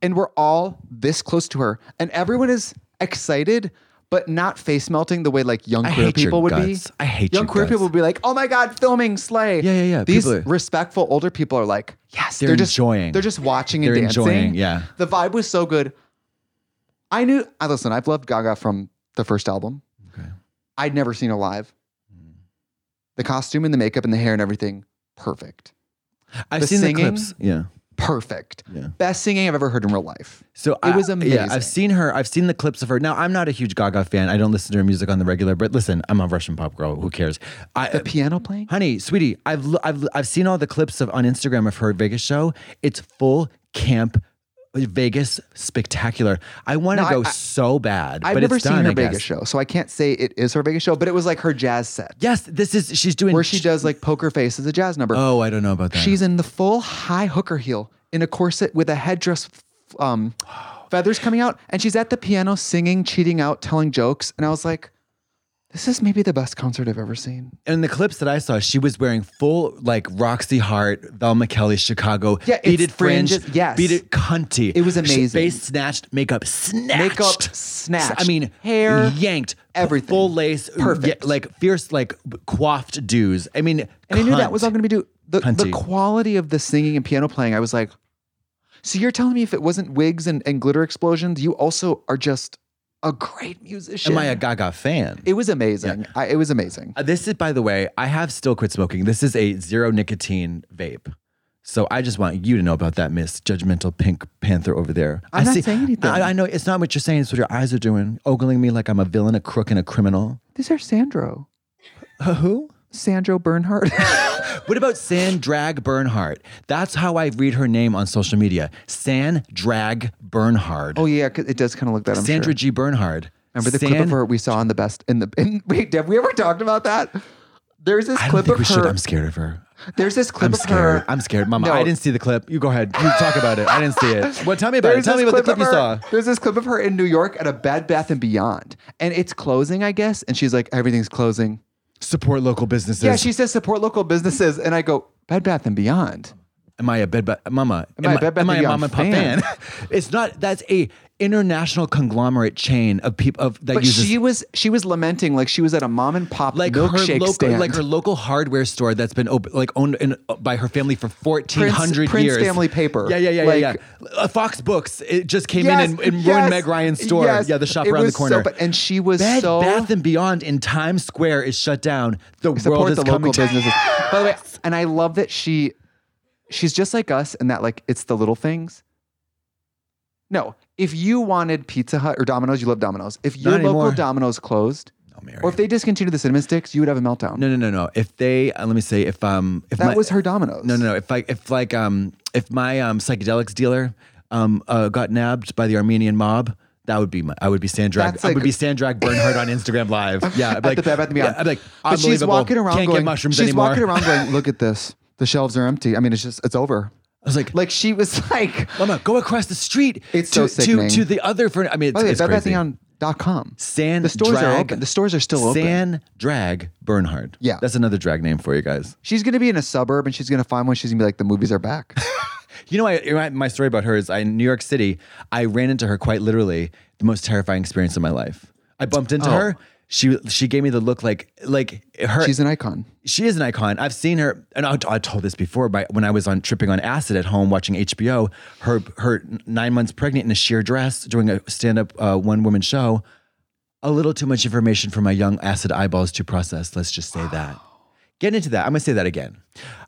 Speaker 2: and we're all this close to her, and everyone is excited. But not face melting the way like young
Speaker 1: I
Speaker 2: queer
Speaker 1: hate your
Speaker 2: people would
Speaker 1: guts.
Speaker 2: be.
Speaker 1: I hate
Speaker 2: young
Speaker 1: your
Speaker 2: queer
Speaker 1: guts.
Speaker 2: people would be like, "Oh my god, filming slay!"
Speaker 1: Yeah, yeah, yeah.
Speaker 2: These
Speaker 1: People are-
Speaker 2: respectful older people are like, "Yes,
Speaker 1: They're
Speaker 2: they're, just
Speaker 1: enjoying.
Speaker 2: They're just watching and
Speaker 1: They're
Speaker 2: dancing.
Speaker 1: enjoying, yeah.
Speaker 2: the vibe was so good. I knew. I listen. I've loved Gaga from the first album.
Speaker 1: Okay.
Speaker 2: I'd never seen her live. The costume and the makeup and the hair and everything, perfect,
Speaker 1: I've
Speaker 2: the
Speaker 1: seen
Speaker 2: singing.
Speaker 1: the clips. Yeah.
Speaker 2: perfect.
Speaker 1: Yeah.
Speaker 2: Best singing I've ever heard in real life.
Speaker 1: So
Speaker 2: It was amazing.
Speaker 1: Yeah, I've seen her. I've seen the clips of her. Now I'm not a huge Gaga fan. I don't listen to her music on the regular. But listen, I'm a Russian pop girl. Who cares? I,
Speaker 2: The piano playing.
Speaker 1: honey, sweetie, I've l- I've I've seen all the clips of on Instagram of her Vegas show. It's full camp Vegas spectacular. I want to
Speaker 2: No, I-
Speaker 1: go
Speaker 2: I-
Speaker 1: so bad,
Speaker 2: I've
Speaker 1: but
Speaker 2: never
Speaker 1: it's
Speaker 2: seen
Speaker 1: done,
Speaker 2: her
Speaker 1: I
Speaker 2: Vegas
Speaker 1: guess.
Speaker 2: show, so I can't say it is her Vegas show, but it was like her jazz set
Speaker 1: Yes, this is she's doing
Speaker 2: where she does like poker face as a jazz number.
Speaker 1: Oh, I don't know about that.
Speaker 2: She's in the full high hooker heel in a corset with a headdress, f- um, feathers coming out, and she's at the piano singing, cheating out, telling jokes. And I was like, this is maybe the best concert I've ever seen.
Speaker 1: in the clips that I saw, she was wearing full like Roxy Hart, Velma Kelly, Chicago,
Speaker 2: Yeah, it's
Speaker 1: beaded fringe,
Speaker 2: fringes, yes.
Speaker 1: beaded cunty.
Speaker 2: It was
Speaker 1: Sh-
Speaker 2: amazing.
Speaker 1: Face snatched, makeup snatched,
Speaker 2: Makeup
Speaker 1: S-
Speaker 2: snatched.
Speaker 1: I mean,
Speaker 2: Hair,
Speaker 1: yanked,
Speaker 2: everything.
Speaker 1: full lace,
Speaker 2: Perfect.
Speaker 1: yeah, like fierce, like coiffed dudes. I mean,
Speaker 2: And I knew that was all going to be do the, the
Speaker 1: Cunty.
Speaker 2: quality of the singing and piano playing. I was like, so you're telling me if it wasn't wigs and, and glitter explosions, you also are just a great musician.
Speaker 1: Am I a Gaga fan?
Speaker 2: It was amazing. I, it was amazing.
Speaker 1: Uh, This is, by the way, I have still quit smoking. This is a zero nicotine vape. So I just want you to know about that, Miss Judgmental Pink Panther over there.
Speaker 2: I'm
Speaker 1: I
Speaker 2: not saying anything.
Speaker 1: I, I know it's not what you're saying. It's what your eyes are doing, ogling me like I'm a villain, a crook, and a criminal.
Speaker 2: These are Sandro.
Speaker 1: Who?
Speaker 2: Sandro Bernhardt.
Speaker 1: What about San Drag Bernhardt? That's how I read her name on social media. San Drag Bernhard.
Speaker 2: oh yeah, 'cause it does kind of look that. I'm
Speaker 1: Sandra
Speaker 2: sure.
Speaker 1: G. Bernhard.
Speaker 2: Remember the
Speaker 1: San,
Speaker 2: clip of her we saw in the best in the. In, wait, have we ever talked about that? There's this
Speaker 1: I don't
Speaker 2: clip
Speaker 1: think
Speaker 2: of
Speaker 1: we
Speaker 2: her.
Speaker 1: should. I'm scared of her.
Speaker 2: There's this clip
Speaker 1: I'm
Speaker 2: of
Speaker 1: scared.
Speaker 2: her.
Speaker 1: I'm scared. Mama,
Speaker 2: No.
Speaker 1: I didn't see the clip. You go ahead. You talk about it. I didn't see it. Well, tell me about
Speaker 2: There's
Speaker 1: it. Tell
Speaker 2: this
Speaker 1: me about the clip
Speaker 2: of
Speaker 1: you saw.
Speaker 2: her- There's this clip of her in New York at a Bed Bath and Beyond, and it's closing, I guess. And she's like, "Everything's closing."
Speaker 1: Support local businesses.
Speaker 2: yeah, she says support local businesses, and I go, "Bed Bath and Beyond."
Speaker 1: Am I a bed, ba- mama?
Speaker 2: Am I a Bed Bath
Speaker 1: am I
Speaker 2: and
Speaker 1: a
Speaker 2: Beyond
Speaker 1: mom and pop fan?
Speaker 2: fan?
Speaker 1: it's not. That's a international conglomerate chain of people of that
Speaker 2: But
Speaker 1: uses
Speaker 2: she was she was lamenting like she was at a mom and pop
Speaker 1: like her
Speaker 2: milkshake
Speaker 1: local
Speaker 2: stand.
Speaker 1: like her local hardware store that's been op- like owned in, uh, by her family for fourteen hundred
Speaker 2: Prince
Speaker 1: years.
Speaker 2: family paper.
Speaker 1: Yeah, yeah, yeah,
Speaker 2: Like-
Speaker 1: yeah. yeah. Uh, Fox Books. It just came
Speaker 2: Yes,
Speaker 1: in and, and ruined
Speaker 2: yes,
Speaker 1: Meg Ryan's store.
Speaker 2: yes.
Speaker 1: yeah, the shop
Speaker 2: It
Speaker 1: around the
Speaker 2: was so
Speaker 1: corner.
Speaker 2: bad. and she was
Speaker 1: Bed
Speaker 2: so
Speaker 1: Bath and Beyond in Times Square is shut down. The world
Speaker 2: support
Speaker 1: is
Speaker 2: the
Speaker 1: coming
Speaker 2: local
Speaker 1: to-
Speaker 2: businesses. By the way, and I love that she she's just like us in that like it's the little things. No, if you wanted Pizza Hut or Domino's, you love Domino's. If your
Speaker 1: Not anymore.
Speaker 2: local Domino's closed,
Speaker 1: Mary.
Speaker 2: or if they discontinued the cinnamon sticks, you would have a meltdown.
Speaker 1: No, no, no, no. If they, uh, let me say, if um, if
Speaker 2: that
Speaker 1: my-
Speaker 2: was her Domino's.
Speaker 1: No, no, no. If I, if like um, if my um psychedelics dealer um uh, got nabbed by the Armenian mob. That would be my. I would be Sandrag.
Speaker 2: That's
Speaker 1: I would
Speaker 2: like-
Speaker 1: be Sandrag Bernhardt on Instagram Live. Yeah, I'd be
Speaker 2: At the Bed Bath and Beyond.
Speaker 1: Yeah, I'd be like,
Speaker 2: but she's
Speaker 1: unbelievable.
Speaker 2: walking around
Speaker 1: Can't
Speaker 2: going.
Speaker 1: get mushrooms
Speaker 2: she's
Speaker 1: anymore.
Speaker 2: walking around going. Look at this. The shelves are empty. I mean, it's just it's over.
Speaker 1: I was like,
Speaker 2: Like she was like.
Speaker 1: Mama, go across the street.
Speaker 2: It's
Speaker 1: to,
Speaker 2: so
Speaker 1: to
Speaker 2: sickening.
Speaker 1: to the other. Furn- I mean, it's,
Speaker 2: By the way,
Speaker 1: it's crazy.
Speaker 2: BedBathBeyond.com.
Speaker 1: San
Speaker 2: The stores
Speaker 1: drag,
Speaker 2: are open. The stores are still open.
Speaker 1: San Drag Bernhard.
Speaker 2: Yeah.
Speaker 1: that's another drag name for you guys.
Speaker 2: She's gonna be in a suburb and she's gonna find one. She's gonna be like, the movies are back.
Speaker 1: You know, I, you know, my story about her is I, in New York City, I ran into her quite literally the most terrifying experience of my life. I bumped into
Speaker 2: Oh.
Speaker 1: her. She she gave me the look like like her.
Speaker 2: She's an icon.
Speaker 1: she is an icon. I've seen her, and I, I told this before. By when I was on tripping on acid at home watching HBO, her her nine months pregnant in a sheer dress doing a stand up uh, one woman show. A little too much information for my young acid eyeballs to process. Let's just say that. Get into that. I'm gonna say that again.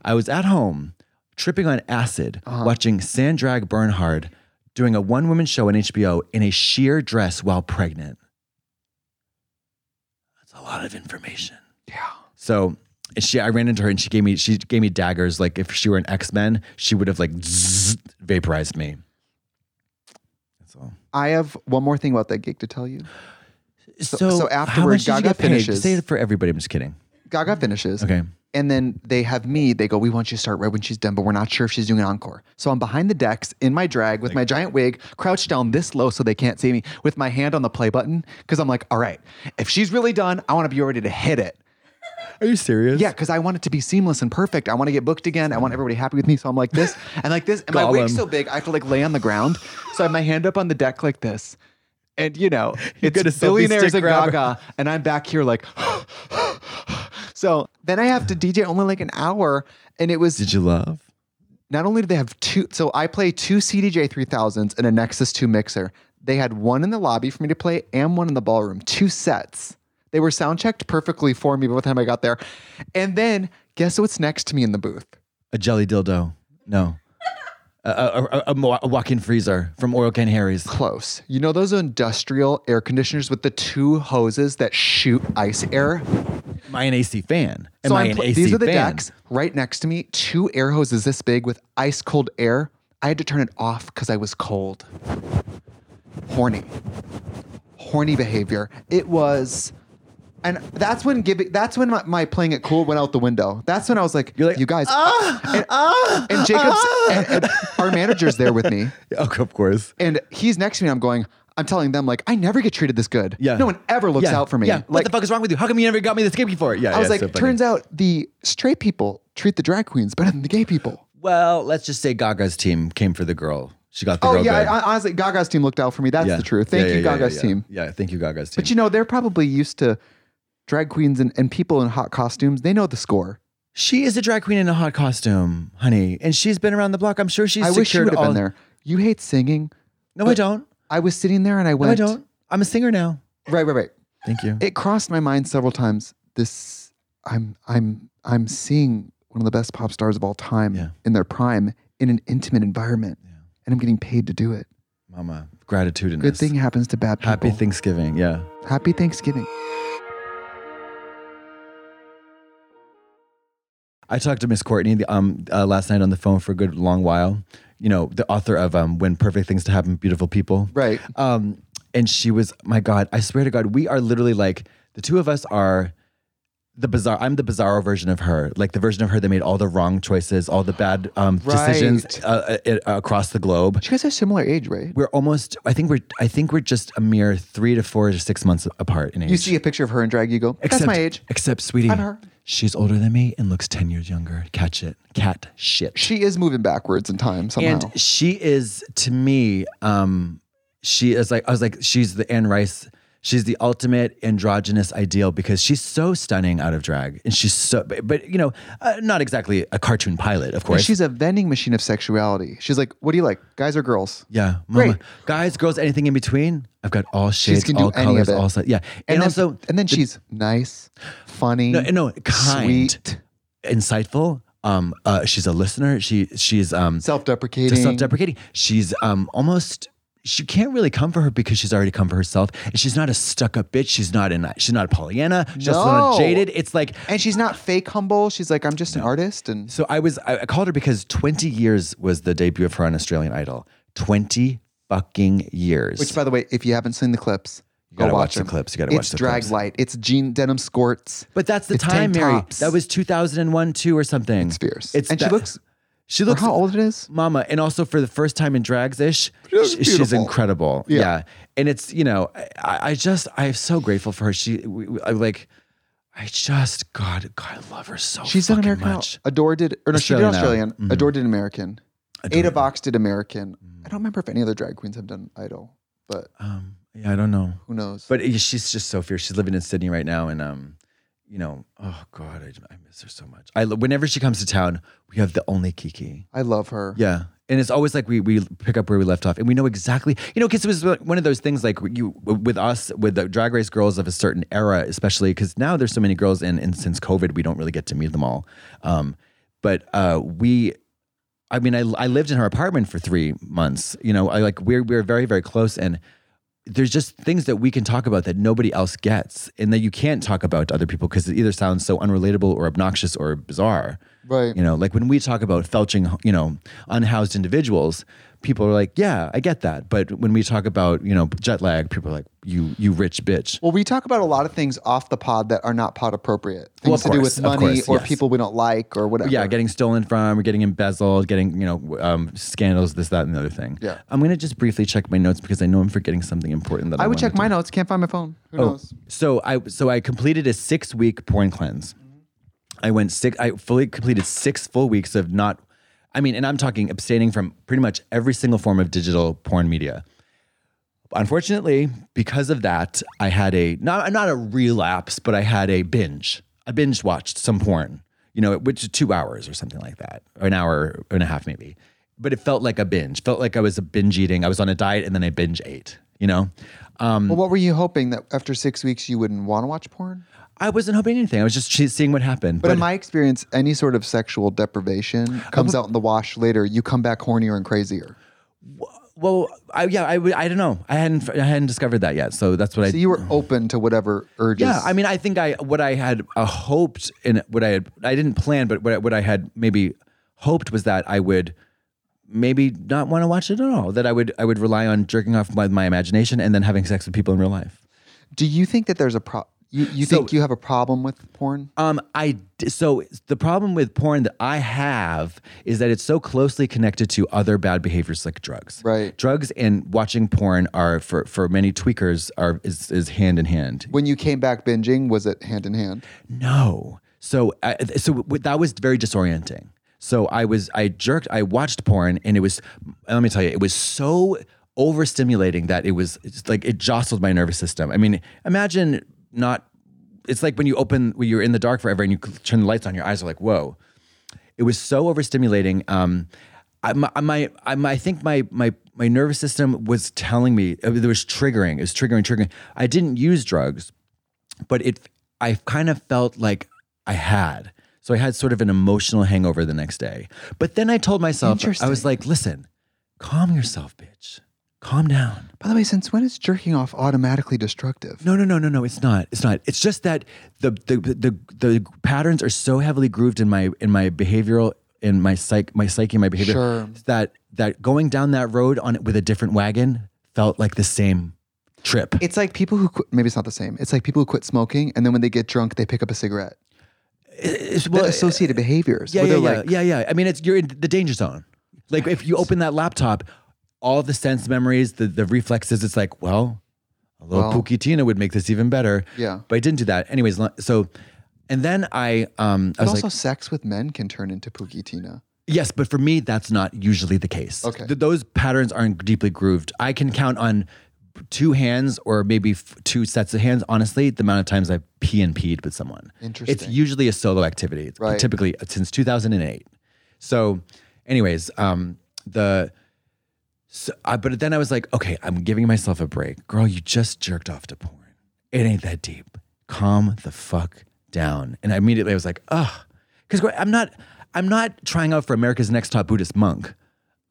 Speaker 1: I was at home tripping on acid, watching Sandrag Bernhard doing a one woman show on HBO in a sheer dress while pregnant. That's a lot of information. So and she, I ran into her and she gave me she gave me daggers. Like if she were an X Men, she would have like zzz, vaporized me. That's all.
Speaker 2: I have one more thing about that gig to tell you.
Speaker 1: So,
Speaker 2: so
Speaker 1: how
Speaker 2: afterward,
Speaker 1: much did you
Speaker 2: Gaga
Speaker 1: get paid?
Speaker 2: finishes.
Speaker 1: Say it for everybody. I'm just kidding.
Speaker 2: Gaga finishes.
Speaker 1: Okay.
Speaker 2: And then they have me. They go, We want you to start right when she's done, but we're not sure if she's doing an encore. So I'm behind the decks in my drag with my giant wig, crouched down this low so they can't see me, with my hand on the play button. Cause I'm like, All right, if she's really done, I wanna be ready to hit it.
Speaker 1: Are you serious?
Speaker 2: Yeah, because I want it to be seamless and perfect. I want to get booked again. I want everybody happy with me. So I'm like this and like this. And my wig's
Speaker 1: Gollum.
Speaker 2: so big, I have to like lay on the ground. So I have my hand up on the deck like this. And you know, it's
Speaker 1: get a selfie
Speaker 2: billionaires
Speaker 1: stick
Speaker 2: and
Speaker 1: grabber.
Speaker 2: Gaga, and I'm back here like. so then I have to DJ only like an hour, and it was
Speaker 1: Did you love?
Speaker 2: not only do they have two, so I play two CDJ 3000s and a Nexus 2 mixer. They had one in the lobby for me to play and one in the ballroom, two sets. They were sound checked perfectly for me by the time I got there. And then guess what's next to me in the booth?
Speaker 1: A jelly dildo? No. a, a, a- a mo- a walk-in freezer from Oral Can Harry's.
Speaker 2: Close. You know those industrial air conditioners with the two hoses that shoot ice air?
Speaker 1: Am I an AC fan? Am
Speaker 2: so
Speaker 1: I
Speaker 2: I'm
Speaker 1: an
Speaker 2: pl-
Speaker 1: AC
Speaker 2: these are the
Speaker 1: fan?
Speaker 2: decks right next to me, two air hoses this big with ice cold air. I had to turn it off because I was cold. Horny. Horny behavior. It was. And that's when giving. That's when my, my playing it cool went out the window. That's when I was like,
Speaker 1: You're like, "Ah,
Speaker 2: you guys. uh, and, and Jacob's, and- and our manager's there with me,
Speaker 1: Oh, of course.
Speaker 2: and he's next to me. and I'm going. I'm telling them like, I never get treated this good.
Speaker 1: Yeah.
Speaker 2: No one ever looks
Speaker 1: Yeah,
Speaker 2: out for me.
Speaker 1: Yeah. what
Speaker 2: Like,
Speaker 1: the fuck is wrong with you? How come you never got me this gig before? Yeah.
Speaker 2: I was
Speaker 1: yeah,
Speaker 2: like,
Speaker 1: so funny.
Speaker 2: turns out the straight people treat the drag queens better than the gay people.
Speaker 1: Well, let's just say Gaga's team came for the girl. She got the
Speaker 2: Oh
Speaker 1: girl.
Speaker 2: yeah,
Speaker 1: good.
Speaker 2: I, I- honestly, Gaga's team looked out for me. That's
Speaker 1: Yeah.
Speaker 2: the truth. Thank
Speaker 1: Yeah,
Speaker 2: you,
Speaker 1: yeah, yeah,
Speaker 2: Gaga's
Speaker 1: yeah,
Speaker 2: team.
Speaker 1: Yeah. Yeah, thank you, Gaga's team.
Speaker 2: But you know, they're probably used to drag queens and, and people in hot costumes. They know the score.
Speaker 1: she is a drag queen in a hot costume, honey, and she's been around the block. I'm sure she's.
Speaker 2: I wish you
Speaker 1: secured
Speaker 2: would have
Speaker 1: all-
Speaker 2: been there. You hate singing.
Speaker 1: No, I
Speaker 2: But-
Speaker 1: don't.
Speaker 2: I was sitting there and I
Speaker 1: No,
Speaker 2: went.
Speaker 1: I don't. I'm a singer now.
Speaker 2: Right, right, right.
Speaker 1: Thank you.
Speaker 2: It crossed my mind several times. This, I'm, I'm, I'm seeing one of the best pop stars of all time
Speaker 1: Yeah.
Speaker 2: in their prime in an intimate environment, and I'm getting paid to do it.
Speaker 1: Mama, gratitudinous.
Speaker 2: Good thing happens to bad people.
Speaker 1: Happy Thanksgiving. Yeah.
Speaker 2: Happy Thanksgiving.
Speaker 1: I talked to Miss Courtney the, um, uh, last night on the phone for a good long while. You know, the author of um, "When Perfect Things to Happen, Beautiful People."
Speaker 2: Right.
Speaker 1: Um, and she was, my God, I swear to God, we are literally like the two of us are the bizarre. I'm the bizarro version of her, like the version of her that made all the wrong choices, all the bad um, decisions
Speaker 2: Right.
Speaker 1: uh, uh, uh, across the globe.
Speaker 2: You guys are similar age, right?
Speaker 1: We're almost. I think we're. I think we're just a mere three to four to six months apart in age.
Speaker 2: You see a picture of her in drag, you go, that's my age.
Speaker 1: Except, sweetie,
Speaker 2: I'm her.
Speaker 1: she's older than me and looks 10 years younger. Catch it. Cat shit.
Speaker 2: She is moving backwards in time somehow.
Speaker 1: and she is, to me, um, she is like, I was like, she's the Anne Rice. She's the ultimate androgynous ideal because she's so stunning out of drag. And she's so, but, but, you know, uh, not exactly a cartoon pilot, of
Speaker 2: And
Speaker 1: course.
Speaker 2: she's a vending machine of sexuality. She's like, what do you like, guys or girls?
Speaker 1: yeah, mama.
Speaker 2: Great.
Speaker 1: Guys, girls, anything in between. I've got all shades,
Speaker 2: can do
Speaker 1: all
Speaker 2: any of
Speaker 1: colors,
Speaker 2: it.
Speaker 1: all sides. Yeah. And,
Speaker 2: then,
Speaker 1: also,
Speaker 2: and then she's nice, funny,
Speaker 1: No, no, kind,
Speaker 2: sweet,
Speaker 1: insightful. Um, uh, she's a listener. She she's um
Speaker 2: self-deprecating.
Speaker 1: just self-deprecating. She's um almost she can't really come for her because she's already come for herself. And she's not a stuck-up bitch. She's not an she's not a Pollyanna. She's also not
Speaker 2: No.
Speaker 1: jaded. It's like
Speaker 2: and she's not fake humble. She's like, I'm just an artist. And
Speaker 1: so I was I I called her because 20 years was the debut of her on Australian Idol. 20 fucking years.
Speaker 2: which, by the way, if you haven't seen the clips,
Speaker 1: you
Speaker 2: go
Speaker 1: gotta watch,
Speaker 2: watch,
Speaker 1: the
Speaker 2: them.
Speaker 1: clips. You gotta watch
Speaker 2: It's
Speaker 1: the
Speaker 2: drag
Speaker 1: clips.
Speaker 2: light. It's jean denim skorts.
Speaker 1: But that's the
Speaker 2: It's
Speaker 1: time,
Speaker 2: tank
Speaker 1: Mary.
Speaker 2: tops.
Speaker 1: That was 2001, two or something.
Speaker 2: It's fierce.
Speaker 1: It's
Speaker 2: and
Speaker 1: that-
Speaker 2: she looks.
Speaker 1: She
Speaker 2: Look
Speaker 1: looks
Speaker 2: how old it is.
Speaker 1: Mama, and also for the first time in drags ish,
Speaker 2: looks
Speaker 1: she's
Speaker 2: beautiful.
Speaker 1: incredible. Yeah.
Speaker 2: Yeah.
Speaker 1: and it's you know, I, I just I am so grateful for her. She we, we- I like, I just God, God, I love her so.
Speaker 2: She's an
Speaker 1: fucking
Speaker 2: American.
Speaker 1: much.
Speaker 2: Adore did, or no,
Speaker 1: Australian
Speaker 2: she
Speaker 1: now.
Speaker 2: did Australian.
Speaker 1: Mhm.
Speaker 2: Adore did American.
Speaker 1: Adore
Speaker 2: Ada
Speaker 1: did. Mm-hmm.
Speaker 2: Vox did American. I don't remember if any other drag queens have done Idol, but
Speaker 1: Um, yeah, I don't know,
Speaker 2: who knows?
Speaker 1: but it- she's just so fierce. She's living in Sydney right now, and um, you know, oh God, I, I miss her so much. I lo- whenever she comes to town, we have the only Kiki.
Speaker 2: I love her.
Speaker 1: Yeah. And it's always like we we pick up where we left off, and we know exactly, you know, because it was like one of those things like you with us with the drag race girls of a certain era, especially because now there's so many girls, and and since COVID, we don't really get to meet them all. Um, but uh, we, I mean, I I lived in her apartment for three months. You know, I like we're we're very very close, and there's just things that we can talk about that nobody else gets, and that you can't talk about to other people because it either sounds so unrelatable or obnoxious or bizarre.
Speaker 2: Right.
Speaker 1: You know, like when we talk about felching, you know, unhoused individuals, people are like, "Yeah, I get that." But when we talk about, you know, jet lag, people are like, "You, you rich bitch."
Speaker 2: Well, we talk about a lot of things off the pod that are not pod appropriate. Things
Speaker 1: Well, of
Speaker 2: to do
Speaker 1: course,
Speaker 2: with
Speaker 1: of
Speaker 2: money
Speaker 1: course,
Speaker 2: or
Speaker 1: yes.
Speaker 2: people we don't like or whatever.
Speaker 1: Yeah, getting stolen from, or getting embezzled, getting you know um, scandals, this, that, and the other thing.
Speaker 2: Yeah.
Speaker 1: I'm gonna just briefly check my notes because I know I'm forgetting something important that I,
Speaker 2: I would
Speaker 1: wanted
Speaker 2: check my
Speaker 1: to-
Speaker 2: notes. Can't find my phone. Who
Speaker 1: Oh,
Speaker 2: knows?
Speaker 1: So I so I completed a six week porn cleanse. I went six. I fully completed six full weeks of not. I mean, and I'm talking abstaining from pretty much every single form of digital porn media. Unfortunately, because of that, I had a not not a relapse, but I had a binge. I binge watched some porn, you know, which is two hours or something like that, or an hour and a half maybe. But it felt like a binge. Felt like I was a binge eating. I was on a diet and then I binge ate. You know, um,
Speaker 2: Well, what were you hoping that after six weeks you wouldn't want to watch porn?
Speaker 1: I wasn't hoping anything. I was just che- seeing what happened.
Speaker 2: But, in my experience, any sort of sexual deprivation comes out in the wash later. You come back hornier and crazier.
Speaker 1: well, I, yeah, I, would- I don't know. I hadn't I hadn't discovered that yet. So that's what I.
Speaker 2: So you were open to whatever urges.
Speaker 1: yeah, I mean, I think I what I had uh, hoped and what I had I didn't plan, but what I, what I had maybe hoped was that I would maybe not want to watch it at all. That I would I would rely on jerking off my, my imagination and then having sex with people in real life.
Speaker 2: Do you think that there's a pro? You, you
Speaker 1: So-
Speaker 2: think you have a problem with porn?
Speaker 1: Um, I d- so the problem with porn that I have is that it's so closely connected to other bad behaviors like drugs.
Speaker 2: Right.
Speaker 1: Drugs and watching porn are for for many tweakers are is, is hand in hand.
Speaker 2: When you came back binging, was it hand in hand?
Speaker 1: No. So I so w- that was very disorienting. So I was I jerked I watched porn and it was let me tell you it was so overstimulating that it was it's like it jostled my nervous system. I mean, imagine not it's like when you open when you're in the dark forever and you cl- turn the lights on your eyes are like, "Whoa." It was so overstimulating. Um, I, my, my, I, my- I think my, my, my nervous system was telling me it was triggering. It was triggering, triggering. I didn't use drugs, but it, I kind of felt like I had. So I had sort of an emotional hangover the next day. But then I told myself, I was like, listen, calm yourself, bitch. Calm down.
Speaker 2: By the way, since when is jerking off automatically destructive?
Speaker 1: No, no, no, no, no. It's not. It's not. It's just that the the the, the patterns are so heavily grooved in my in my behavioral in my psych my psyche my behavior
Speaker 2: Sure.
Speaker 1: that that going down that road on with a different wagon felt like the same trip.
Speaker 2: It's like people who quit, maybe it's not the same. It's like people who quit smoking and then when they get drunk, they pick up a cigarette.
Speaker 1: It's-
Speaker 2: Well,
Speaker 1: well,
Speaker 2: associated behaviors.
Speaker 1: yeah,
Speaker 2: where
Speaker 1: yeah,
Speaker 2: they're
Speaker 1: yeah,
Speaker 2: like,
Speaker 1: yeah, yeah. I mean, it's you're in the danger zone. Like if you open that laptop, all the sense memories, the the reflexes. It's like, well, a little
Speaker 2: Well.
Speaker 1: Pukitina would make this even better.
Speaker 2: Yeah.
Speaker 1: but I didn't do that. Anyways, lo- so. And then I, um, I
Speaker 2: But
Speaker 1: was
Speaker 2: also,
Speaker 1: like,
Speaker 2: sex with men can turn into Pukitina.
Speaker 1: Yes, but for me, that's not usually the case.
Speaker 2: Okay.
Speaker 1: Th- those patterns aren't deeply grooved. I can count on two hands or maybe f- two sets of hands, honestly, the amount of times I P and P'd with someone. It's
Speaker 2: Interesting.
Speaker 1: usually a solo activity, It's
Speaker 2: Right.
Speaker 1: typically since 2008. So, anyways, um, the. So, I, but then I was like, okay, I'm giving myself a break. Girl, you just jerked off to porn. It ain't that deep. Calm the fuck down. And I immediately I was like, ugh. Because I'm not, I'm not trying out for America's Next Top Buddhist Monk.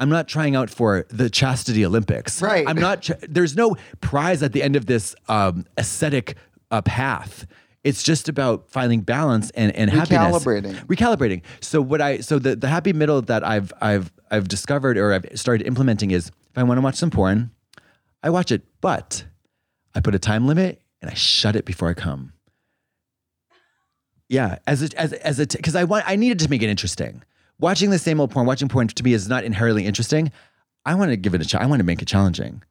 Speaker 1: I'm not trying out for the Chastity Olympics.
Speaker 2: Right.
Speaker 1: I'm not, tr- there's no prize at the end of this um, ascetic uh, path. It's just about finding balance and, and happiness.
Speaker 2: Recalibrating.
Speaker 1: Recalibrating. So what I so the, the happy middle that I've I've I've discovered or I've started implementing is if I want to watch some porn, I watch it, but I put a time limit and I shut it before I come. Yeah, as a, as as a because I want I needed to make it interesting. Watching the same old porn, watching porn to me is not inherently interesting. I want to give it a try. I want to make it challenging.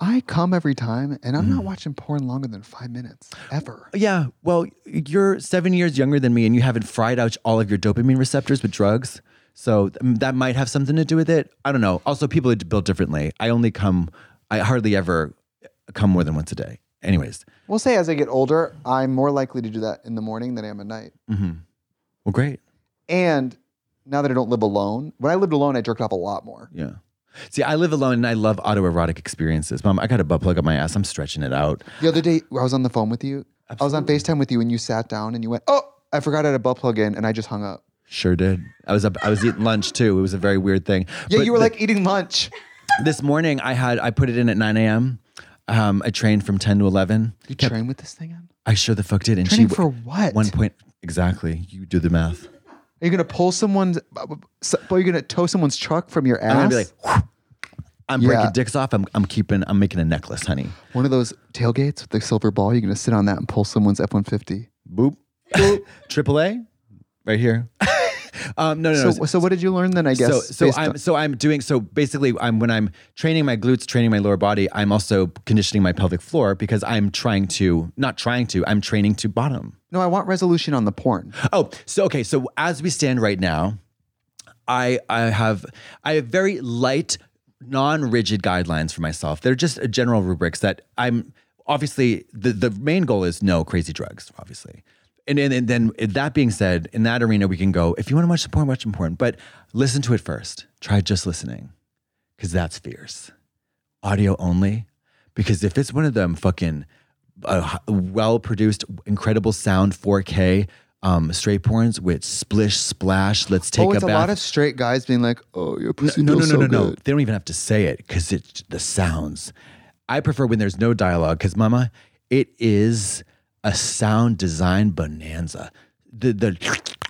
Speaker 2: I come every time and I'm not watching porn longer than five minutes ever.
Speaker 1: Yeah, well, you're seven years younger than me, and you haven't fried out all of your dopamine receptors with drugs. So um, that might have something to do with it. I don't know. Also, people are built differently. I only come, I hardly ever uh, come more than once a day. Anyways,
Speaker 2: We'll say as I get older, I'm more likely to do that in the morning than I am at night.
Speaker 1: well, great.
Speaker 2: And now that I don't live alone, when I lived alone, I jerked off a lot more.
Speaker 1: Yeah. See, I live alone and I love autoerotic experiences. Mom, I got a butt plug up my ass. I'm stretching it out.
Speaker 2: The other day, I was on the phone with you. I was on FaceTime with you, and you sat down and you went, "Oh, I forgot I had a butt plug in," and I just hung up.
Speaker 1: Sure did. I was up, I was eating lunch too. It was a very weird thing.
Speaker 2: Yeah,
Speaker 1: But
Speaker 2: you were
Speaker 1: the-
Speaker 2: like eating lunch.
Speaker 1: this morning. I had I put it in at 9 a.m. Um, I trained from 10 to 11.
Speaker 2: You
Speaker 1: Kept-
Speaker 2: train with this thing on?
Speaker 1: I sure the fuck did. And
Speaker 2: Training
Speaker 1: she
Speaker 2: for what?
Speaker 1: One point exactly. You do the math.
Speaker 2: Are you gonna pull someone's? uh, so- Are you oh, gonna tow someone's truck from your ass?
Speaker 1: I'm gonna be like, "Whew, I'm
Speaker 2: Yeah.
Speaker 1: breaking dicks off. I'm I'm keeping. I'm making a necklace, honey.
Speaker 2: one of those tailgates with the silver ball. You're gonna sit on that and pull someone's F one fifty.
Speaker 1: Boop. Triple A, right here. um, no, no,
Speaker 2: So,
Speaker 1: no.
Speaker 2: so what did you learn then? I guess.
Speaker 1: So,
Speaker 2: based
Speaker 1: so I'm
Speaker 2: on-
Speaker 1: so I'm doing so basically I'm when I'm training my glutes, training my lower body, I'm also conditioning my pelvic floor because I'm trying to not trying to, I'm training to bottom.
Speaker 2: no, I want resolution on the porn.
Speaker 1: Oh, so okay, so as we stand right now, I I have I have very light, non-rigid guidelines for myself. They're just uh, general rubrics that I'm obviously the the main goal is no crazy drugs, obviously. And, and, and then that being said, in that arena we can go if you want to watch some porn, watch some porn, but listen to it first. Try just listening, because that's fierce. Audio only, because if it's one of them fucking uh, well produced, incredible sound 4K um, straight porns with splish splash, let's take
Speaker 2: oh, it's a,
Speaker 1: bath.
Speaker 2: lot of straight guys being like, "Oh, your pussy
Speaker 1: No, no,
Speaker 2: feels
Speaker 1: no, no,
Speaker 2: so
Speaker 1: no.
Speaker 2: good."
Speaker 1: They don't even have to say it because it's the sounds. I prefer when there's no dialogue because, mama, it is a sound design bonanza. the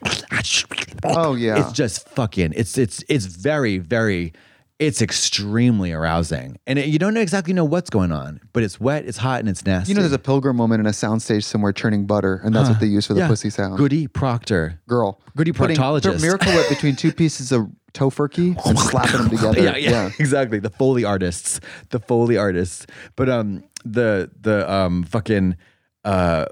Speaker 1: the
Speaker 2: Oh, yeah.
Speaker 1: it's just fucking it's it's it's very very it's extremely arousing and it, you don't exactly know what's going on but it's wet it's hot and it's nasty
Speaker 2: You know, there's a pilgrim woman in a soundstage somewhere churning butter, and that's what
Speaker 1: Uh-huh.
Speaker 2: they use for the pussy sound.
Speaker 1: goody proctor
Speaker 2: girl.
Speaker 1: goody
Speaker 2: Putting
Speaker 1: proctologist Oh
Speaker 2: Miracle Whip between two pieces of tofurkey and slapping them together.
Speaker 1: yeah, yeah, exactly. The Foley artists, the Foley artists. But um, the the um fucking uh,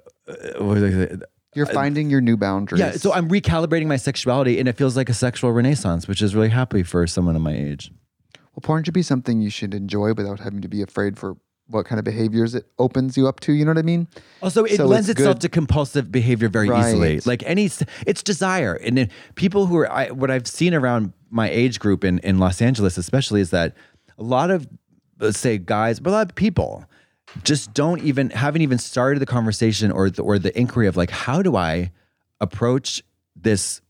Speaker 1: what was I gonna say?
Speaker 2: You're finding your new boundaries.
Speaker 1: yeah. So I'm recalibrating my sexuality, and it feels like a sexual renaissance, which is really happy for someone of my age.
Speaker 2: well, porn should be something you should enjoy without having to be afraid for what kind of behaviors it opens you up to. You know what I mean?
Speaker 1: Also, it
Speaker 2: So
Speaker 1: lends
Speaker 2: it's
Speaker 1: itself
Speaker 2: good-
Speaker 1: to compulsive behavior very
Speaker 2: Right.
Speaker 1: easily. Like any, s- it's desire, and then people who are I, what I've seen around my age group in in Los Angeles, especially, is that a lot of let's say guys, but a lot of people just don't even haven't even started the conversation or the, or the inquiry of like how do I approach this.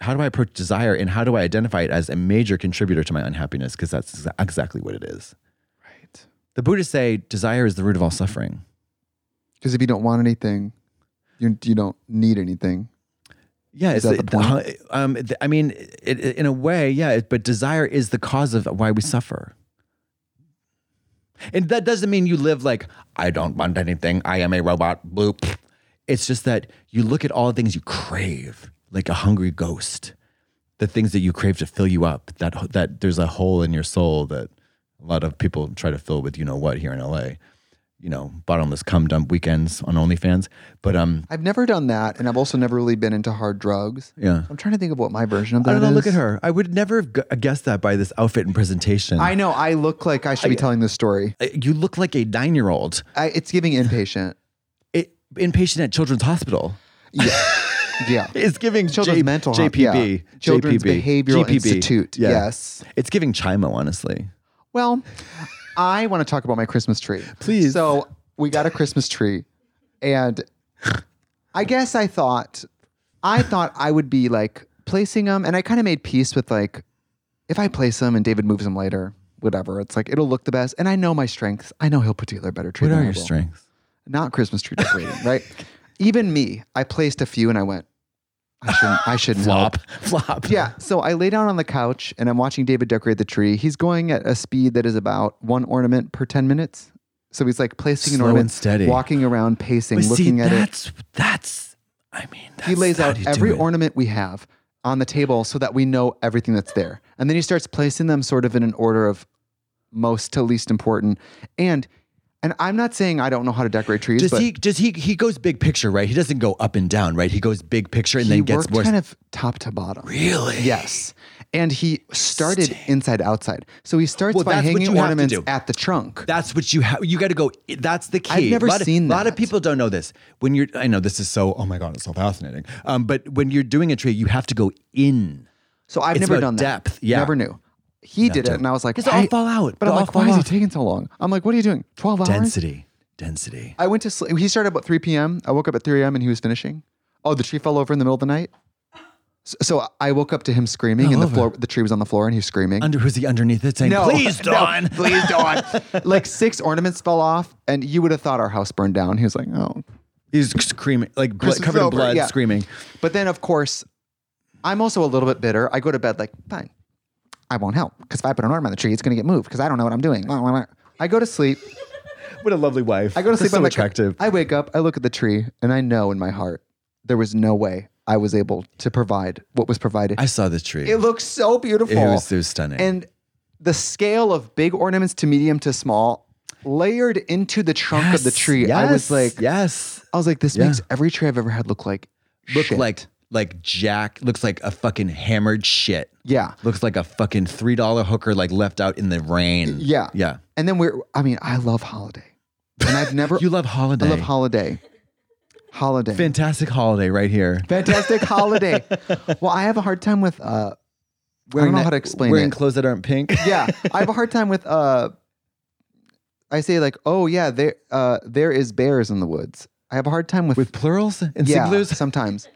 Speaker 1: How do I approach desire and how do I identify it as a major contributor to my unhappiness? Because that's exa- exactly what it is.
Speaker 2: Right.
Speaker 1: The Buddhists say desire is the root of all suffering.
Speaker 2: Because if you don't want anything, you you don't need anything.
Speaker 1: Yeah,
Speaker 2: Is
Speaker 1: it's
Speaker 2: that
Speaker 1: the,
Speaker 2: the
Speaker 1: hu- um, th- I mean, it, it- in a way, yeah. it- But desire is the cause of why we suffer, and that doesn't mean you live like I don't want anything. I am a robot. Boop. It's just that you look at all the things you crave, like a hungry ghost, the things that you crave to fill you up. That ho- that there's a hole in your soul that a lot of people try to fill with you know what here in L.A. You know, bottomless cum dump weekends on OnlyFans. But um,
Speaker 2: I've never done that, and I've also never really been into hard drugs.
Speaker 1: yeah.
Speaker 2: I'm trying to think of what my version of that
Speaker 1: I
Speaker 2: is.
Speaker 1: don't know. Look at her. I would never have gu- uh, guessed that by this outfit and presentation.
Speaker 2: I know. I look like I should be telling this story.
Speaker 1: Uh, you look like a nine-year-old
Speaker 2: I, it's giving inpatient.
Speaker 1: it, inpatient at Children's Hospital.
Speaker 2: Yeah. Yeah.
Speaker 1: It's giving
Speaker 2: Children's
Speaker 1: J-
Speaker 2: mental health-
Speaker 1: JPB,
Speaker 2: yeah. Children's
Speaker 1: JPB,
Speaker 2: Behavioral
Speaker 1: GPB.
Speaker 2: Institute, yes.
Speaker 1: it's giving Chimo. Honestly,
Speaker 2: Well, I want to talk about my Christmas tree.
Speaker 1: Please.
Speaker 2: So we got a Christmas tree, and I guess I thought, I thought I would be like placing them, and I kind of made peace with like, if I place them and David moves them later, whatever. It's like it'll look the best, and I know my strengths. I know he'll put together a better tree.
Speaker 1: what
Speaker 2: than
Speaker 1: are
Speaker 2: I
Speaker 1: your
Speaker 2: will.
Speaker 1: strengths?
Speaker 2: Not Christmas tree decorating, right? Even me, I placed a few, and I went, I shouldn't. I shouldn't help.
Speaker 1: Flop, flop.
Speaker 2: Yeah. So I lay down on the couch and I'm watching David decorate the tree. He's going at a speed that is about one ornament per 10 minutes. So he's like placing an
Speaker 1: Slow
Speaker 2: ornament,
Speaker 1: and steady.
Speaker 2: walking around, pacing,
Speaker 1: But see,
Speaker 2: looking at it.
Speaker 1: that's that's. I mean, that's
Speaker 2: He lays
Speaker 1: how
Speaker 2: out
Speaker 1: you do
Speaker 2: every
Speaker 1: it.
Speaker 2: ornament we have on the table so that we know everything that's there. And then he starts placing them sort of in an order of most to least important. And and I'm not saying I don't know how to decorate trees,
Speaker 1: Does
Speaker 2: but
Speaker 1: he? Does he? He goes big picture, right? He doesn't go up and down, right? He goes big picture and
Speaker 2: he
Speaker 1: then gets
Speaker 2: worked
Speaker 1: more.
Speaker 2: kind of top to bottom.
Speaker 1: really?
Speaker 2: Yes. And he started inside outside. So he starts
Speaker 1: Well,
Speaker 2: by
Speaker 1: that's what you have
Speaker 2: hanging
Speaker 1: to
Speaker 2: ornaments
Speaker 1: do.
Speaker 2: at the trunk.
Speaker 1: That's what you have. You got to go. That's the key.
Speaker 2: I've never
Speaker 1: a lot
Speaker 2: seen
Speaker 1: of, A lot of
Speaker 2: that.
Speaker 1: people don't know this. When you're, I know this is so. Oh my god, it's so fascinating. Um, but when you're doing a tree, you have to go in.
Speaker 2: so I've
Speaker 1: it's
Speaker 2: never
Speaker 1: about
Speaker 2: done that.
Speaker 1: depth, yeah.
Speaker 2: Never knew. He did it and I was like,
Speaker 1: Because they'll
Speaker 2: why-
Speaker 1: all fall out.
Speaker 2: But I'm
Speaker 1: They'll
Speaker 2: like,
Speaker 1: all
Speaker 2: why
Speaker 1: fall
Speaker 2: is it
Speaker 1: off.
Speaker 2: taking so long? I'm like, what are you doing? 12 hours?
Speaker 1: Density, density.
Speaker 2: I went to sleep. He started about 3 p.m. I woke up at 3 a.m. and he was finishing. Oh, the tree fell over in the middle of the night. So, so I woke up to him screaming and the floor the tree was on the floor and he was screaming.
Speaker 1: Under who's he underneath it saying, "Please,
Speaker 2: no,
Speaker 1: Don."
Speaker 2: please, Dawn. like six ornaments fell off, and you would have thought our house burned down. He was like, "Oh,
Speaker 1: He's screaming, like bl-
Speaker 2: Christmas
Speaker 1: covered in
Speaker 2: over,
Speaker 1: blood,
Speaker 2: yeah.
Speaker 1: screaming.
Speaker 2: But then, of course, I'm also a little bit bitter. I go to bed like, fine, I won't help because if I put an arm on the tree, it's going to get moved because I don't know what I'm doing. Wah, wah, wah. I go to sleep.
Speaker 1: What a lovely wife.
Speaker 2: I go to sleep.
Speaker 1: So
Speaker 2: I'm like-
Speaker 1: attractive.
Speaker 2: I wake up. I look at the tree, and I know in my heart there was no way I was able to provide what was provided.
Speaker 1: I saw the tree.
Speaker 2: it looks so beautiful.
Speaker 1: It was- it was stunning.
Speaker 2: And the scale of big ornaments to medium to small layered into the trunk of the
Speaker 1: Yes,
Speaker 2: tree. I was
Speaker 1: yes,
Speaker 2: like,
Speaker 1: yes.
Speaker 2: I was like, this
Speaker 1: Yeah.
Speaker 2: makes every tree I've ever had look like
Speaker 1: Look
Speaker 2: shit.
Speaker 1: like like Jack. Looks like a fucking hammered shit.
Speaker 2: yeah.
Speaker 1: Looks like a fucking three dollar hooker like left out in the rain.
Speaker 2: Yeah.
Speaker 1: Yeah.
Speaker 2: And then we're, I mean, I love holiday. And I've never,
Speaker 1: You love holiday.
Speaker 2: I love holiday. Holiday.
Speaker 1: Fantastic holiday right here.
Speaker 2: Fantastic holiday. well, I have a hard time with, uh, I don't know
Speaker 1: that-
Speaker 2: how to explain
Speaker 1: wearing
Speaker 2: it.
Speaker 1: clothes that aren't pink.
Speaker 2: yeah. I have a hard time with, uh, I say like, oh yeah, there, uh, there is bears in the woods. I have a hard time with,
Speaker 1: With plurals and
Speaker 2: yeah,
Speaker 1: singulars.
Speaker 2: sometimes.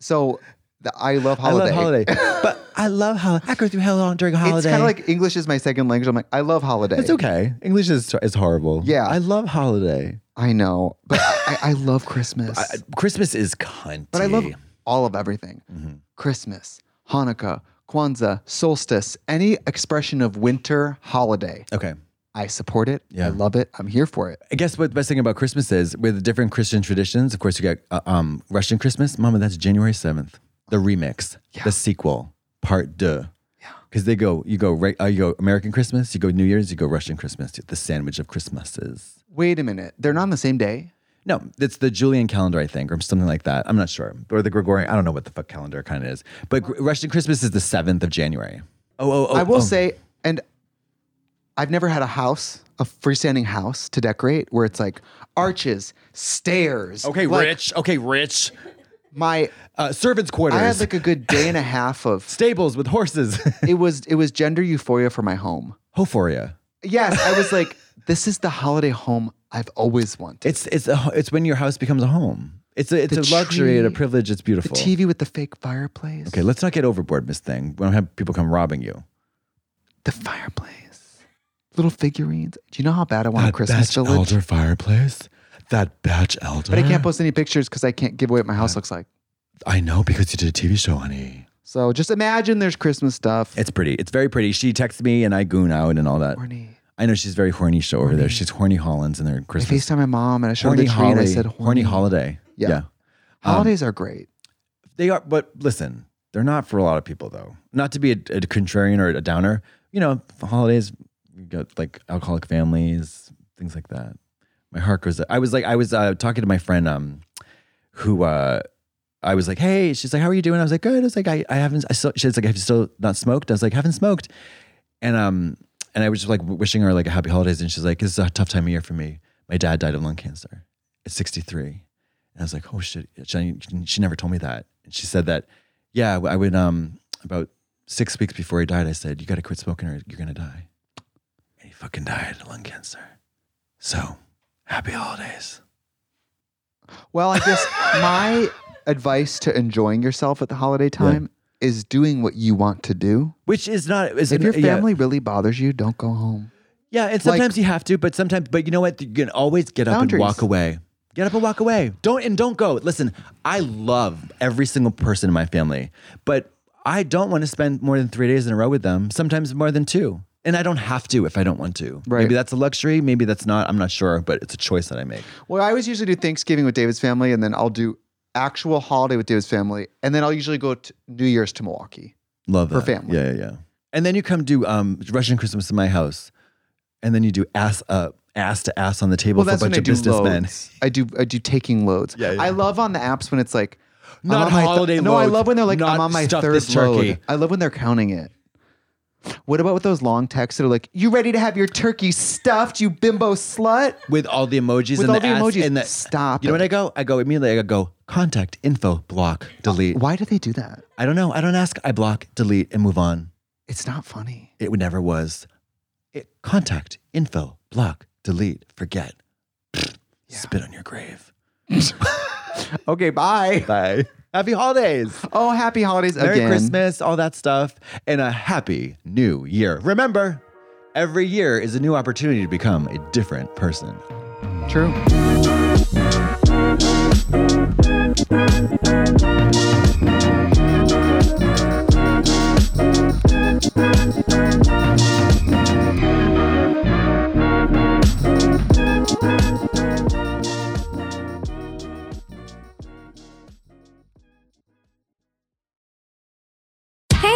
Speaker 2: So the, I love
Speaker 1: I
Speaker 2: holiday.
Speaker 1: love holiday. but I love holiday. I go through hell on during holiday.
Speaker 2: It's kind of like English is my second language. I'm like, I love holiday.
Speaker 1: It's okay. English is, is horrible.
Speaker 2: Yeah.
Speaker 1: I love holiday.
Speaker 2: I know, but I, I love Christmas.
Speaker 1: I- Christmas is cunt.
Speaker 2: but I love all of everything
Speaker 1: Mm-hmm.
Speaker 2: Christmas, Hanukkah, Kwanzaa, solstice, any expression of winter holiday.
Speaker 1: Okay.
Speaker 2: I support it.
Speaker 1: Yeah.
Speaker 2: I love it. I'm here for it.
Speaker 1: I guess what the best thing about Christmas is with different Christian traditions. Of course, you got uh, um, Russian Christmas, Mama. That's January seventh. The remix, the sequel, part deux. Because they go, you go right, uh, you go American Christmas, you go New Year's, you go Russian Christmas, the sandwich of Christmases.
Speaker 2: Wait a minute. They're not on the same day.
Speaker 1: No, it's the Julian calendar, I think, or something like that. I'm not sure, or the Gregorian. I don't know what the fuck calendar kind of is, but Gr- Russian Christmas is the seventh of January. Oh, oh, oh!
Speaker 2: I will
Speaker 1: oh.
Speaker 2: say, and I've never had a house, a freestanding house to decorate where it's like arches, stairs.
Speaker 1: Okay,
Speaker 2: like
Speaker 1: rich. Okay, rich.
Speaker 2: My
Speaker 1: Uh, servants' quarters.
Speaker 2: I had like a good day and a half of
Speaker 1: stables with horses.
Speaker 2: it was it was gender euphoria for my home.
Speaker 1: Hophoria.
Speaker 2: Yes, I was like, this is the holiday home I've always wanted.
Speaker 1: It's it's a, it's when your house becomes a home. It's a it's
Speaker 2: The
Speaker 1: a luxury and a
Speaker 2: tree,
Speaker 1: privilege. It's
Speaker 2: The
Speaker 1: beautiful.
Speaker 2: TV with the fake fireplace.
Speaker 1: Okay, let's not get overboard, Miss Thing. We don't have people come robbing you.
Speaker 2: The fireplace. Little figurines. Do you know how bad I want a Christmas village?
Speaker 1: fireplace. That batch elder.
Speaker 2: But I can't post any pictures because I can't give away what my house looks like.
Speaker 1: I know because you did a TV show, honey.
Speaker 2: So just imagine there's Christmas stuff.
Speaker 1: It's pretty. It's very pretty. She texts me and I goon out and all that.
Speaker 2: Horny.
Speaker 1: I know she's very horny show over there. She's horny Hollands and their
Speaker 2: I
Speaker 1: Christmas.
Speaker 2: FaceTime my mom and I showed her
Speaker 1: horny
Speaker 2: the tree and I
Speaker 1: holiday.
Speaker 2: said
Speaker 1: horny um, holiday.
Speaker 2: Yeah.
Speaker 1: yeah.
Speaker 2: Holidays are great.
Speaker 1: They are, but listen, they're not for a lot of people though. Not to be a, a contrarian or a downer. You know, the holidays, you got like alcoholic families, things like that. My heart goes. out. I was like, I was uh, talking to my friend, um, who uh, I was like, hey, she's like, how are you doing? I was like, good. I was like, I, I haven't. I still, she's like, have you still not smoked? I was like, haven't smoked. And um, and I was just like wishing her like a happy holidays, and she's like, this is a tough time of year for me. My dad died of lung cancer at 63. And I was like, oh shit, she, she never told me that. And she said that, yeah, I would, um, about six weeks before he died, I said, you got to quit smoking or you're going to die. And he fucking died of lung cancer. So happy holidays.
Speaker 2: Well, I guess my advice to enjoying yourself at the holiday time is doing what you want to do.
Speaker 1: Which is not, is
Speaker 2: If your
Speaker 1: yeah.
Speaker 2: family really bothers you, don't go home.
Speaker 1: Yeah, and
Speaker 2: Like-
Speaker 1: sometimes you have to, but sometimes, but you know what? You can always get up and
Speaker 2: Boundaries.
Speaker 1: walk away. Get up and walk away. Don't and don't go. Listen, I love every single person in my family, but I don't want to spend more than three days in a row with them. Sometimes more than two, and I don't have to if I don't want to.
Speaker 2: Right.
Speaker 1: Maybe that's a luxury. Maybe that's not. I'm not sure, but it's a choice that I make.
Speaker 2: Well, I always usually do Thanksgiving with David's family, and then I'll do actual holiday with David's family, and then I'll usually go to New Year's to Milwaukee.
Speaker 1: Love
Speaker 2: For
Speaker 1: that.
Speaker 2: family.
Speaker 1: Yeah, yeah, yeah. And then you come do um, Russian Christmas in my house, and then you do ass up, ass to ass on the table
Speaker 2: Well,
Speaker 1: for a
Speaker 2: that's when
Speaker 1: bunch
Speaker 2: I
Speaker 1: of
Speaker 2: do
Speaker 1: businessmen.
Speaker 2: loads. I do I do taking loads.
Speaker 1: Yeah, yeah.
Speaker 2: I love on the apps when it's like I'm
Speaker 1: Not
Speaker 2: on my th-
Speaker 1: holiday
Speaker 2: No, I
Speaker 1: loads,
Speaker 2: love when they're like
Speaker 1: not
Speaker 2: I'm on my
Speaker 1: stuff
Speaker 2: third
Speaker 1: this turkey.
Speaker 2: load. I love when they're counting it. What about with those long texts that are like, "You ready to have your turkey stuffed, you bimbo slut?"
Speaker 1: with all the emojis
Speaker 2: With
Speaker 1: and
Speaker 2: all
Speaker 1: the,
Speaker 2: the
Speaker 1: ads
Speaker 2: emojis.
Speaker 1: and the
Speaker 2: Stop
Speaker 1: You know
Speaker 2: it.
Speaker 1: what I go? I go immediately. I go contact info block delete.
Speaker 2: Why do they do that?
Speaker 1: I don't know. I don't ask. I block delete and move on.
Speaker 2: It's not funny.
Speaker 1: It would never was. It, contact info block delete forget. Spit on your grave.
Speaker 2: Okay, bye.
Speaker 1: Bye. Happy holidays.
Speaker 2: Oh, happy holidays
Speaker 1: Merry
Speaker 2: again.
Speaker 1: Christmas, all that stuff, and a happy new year. Remember, every year is a new opportunity to become a different person.
Speaker 2: True.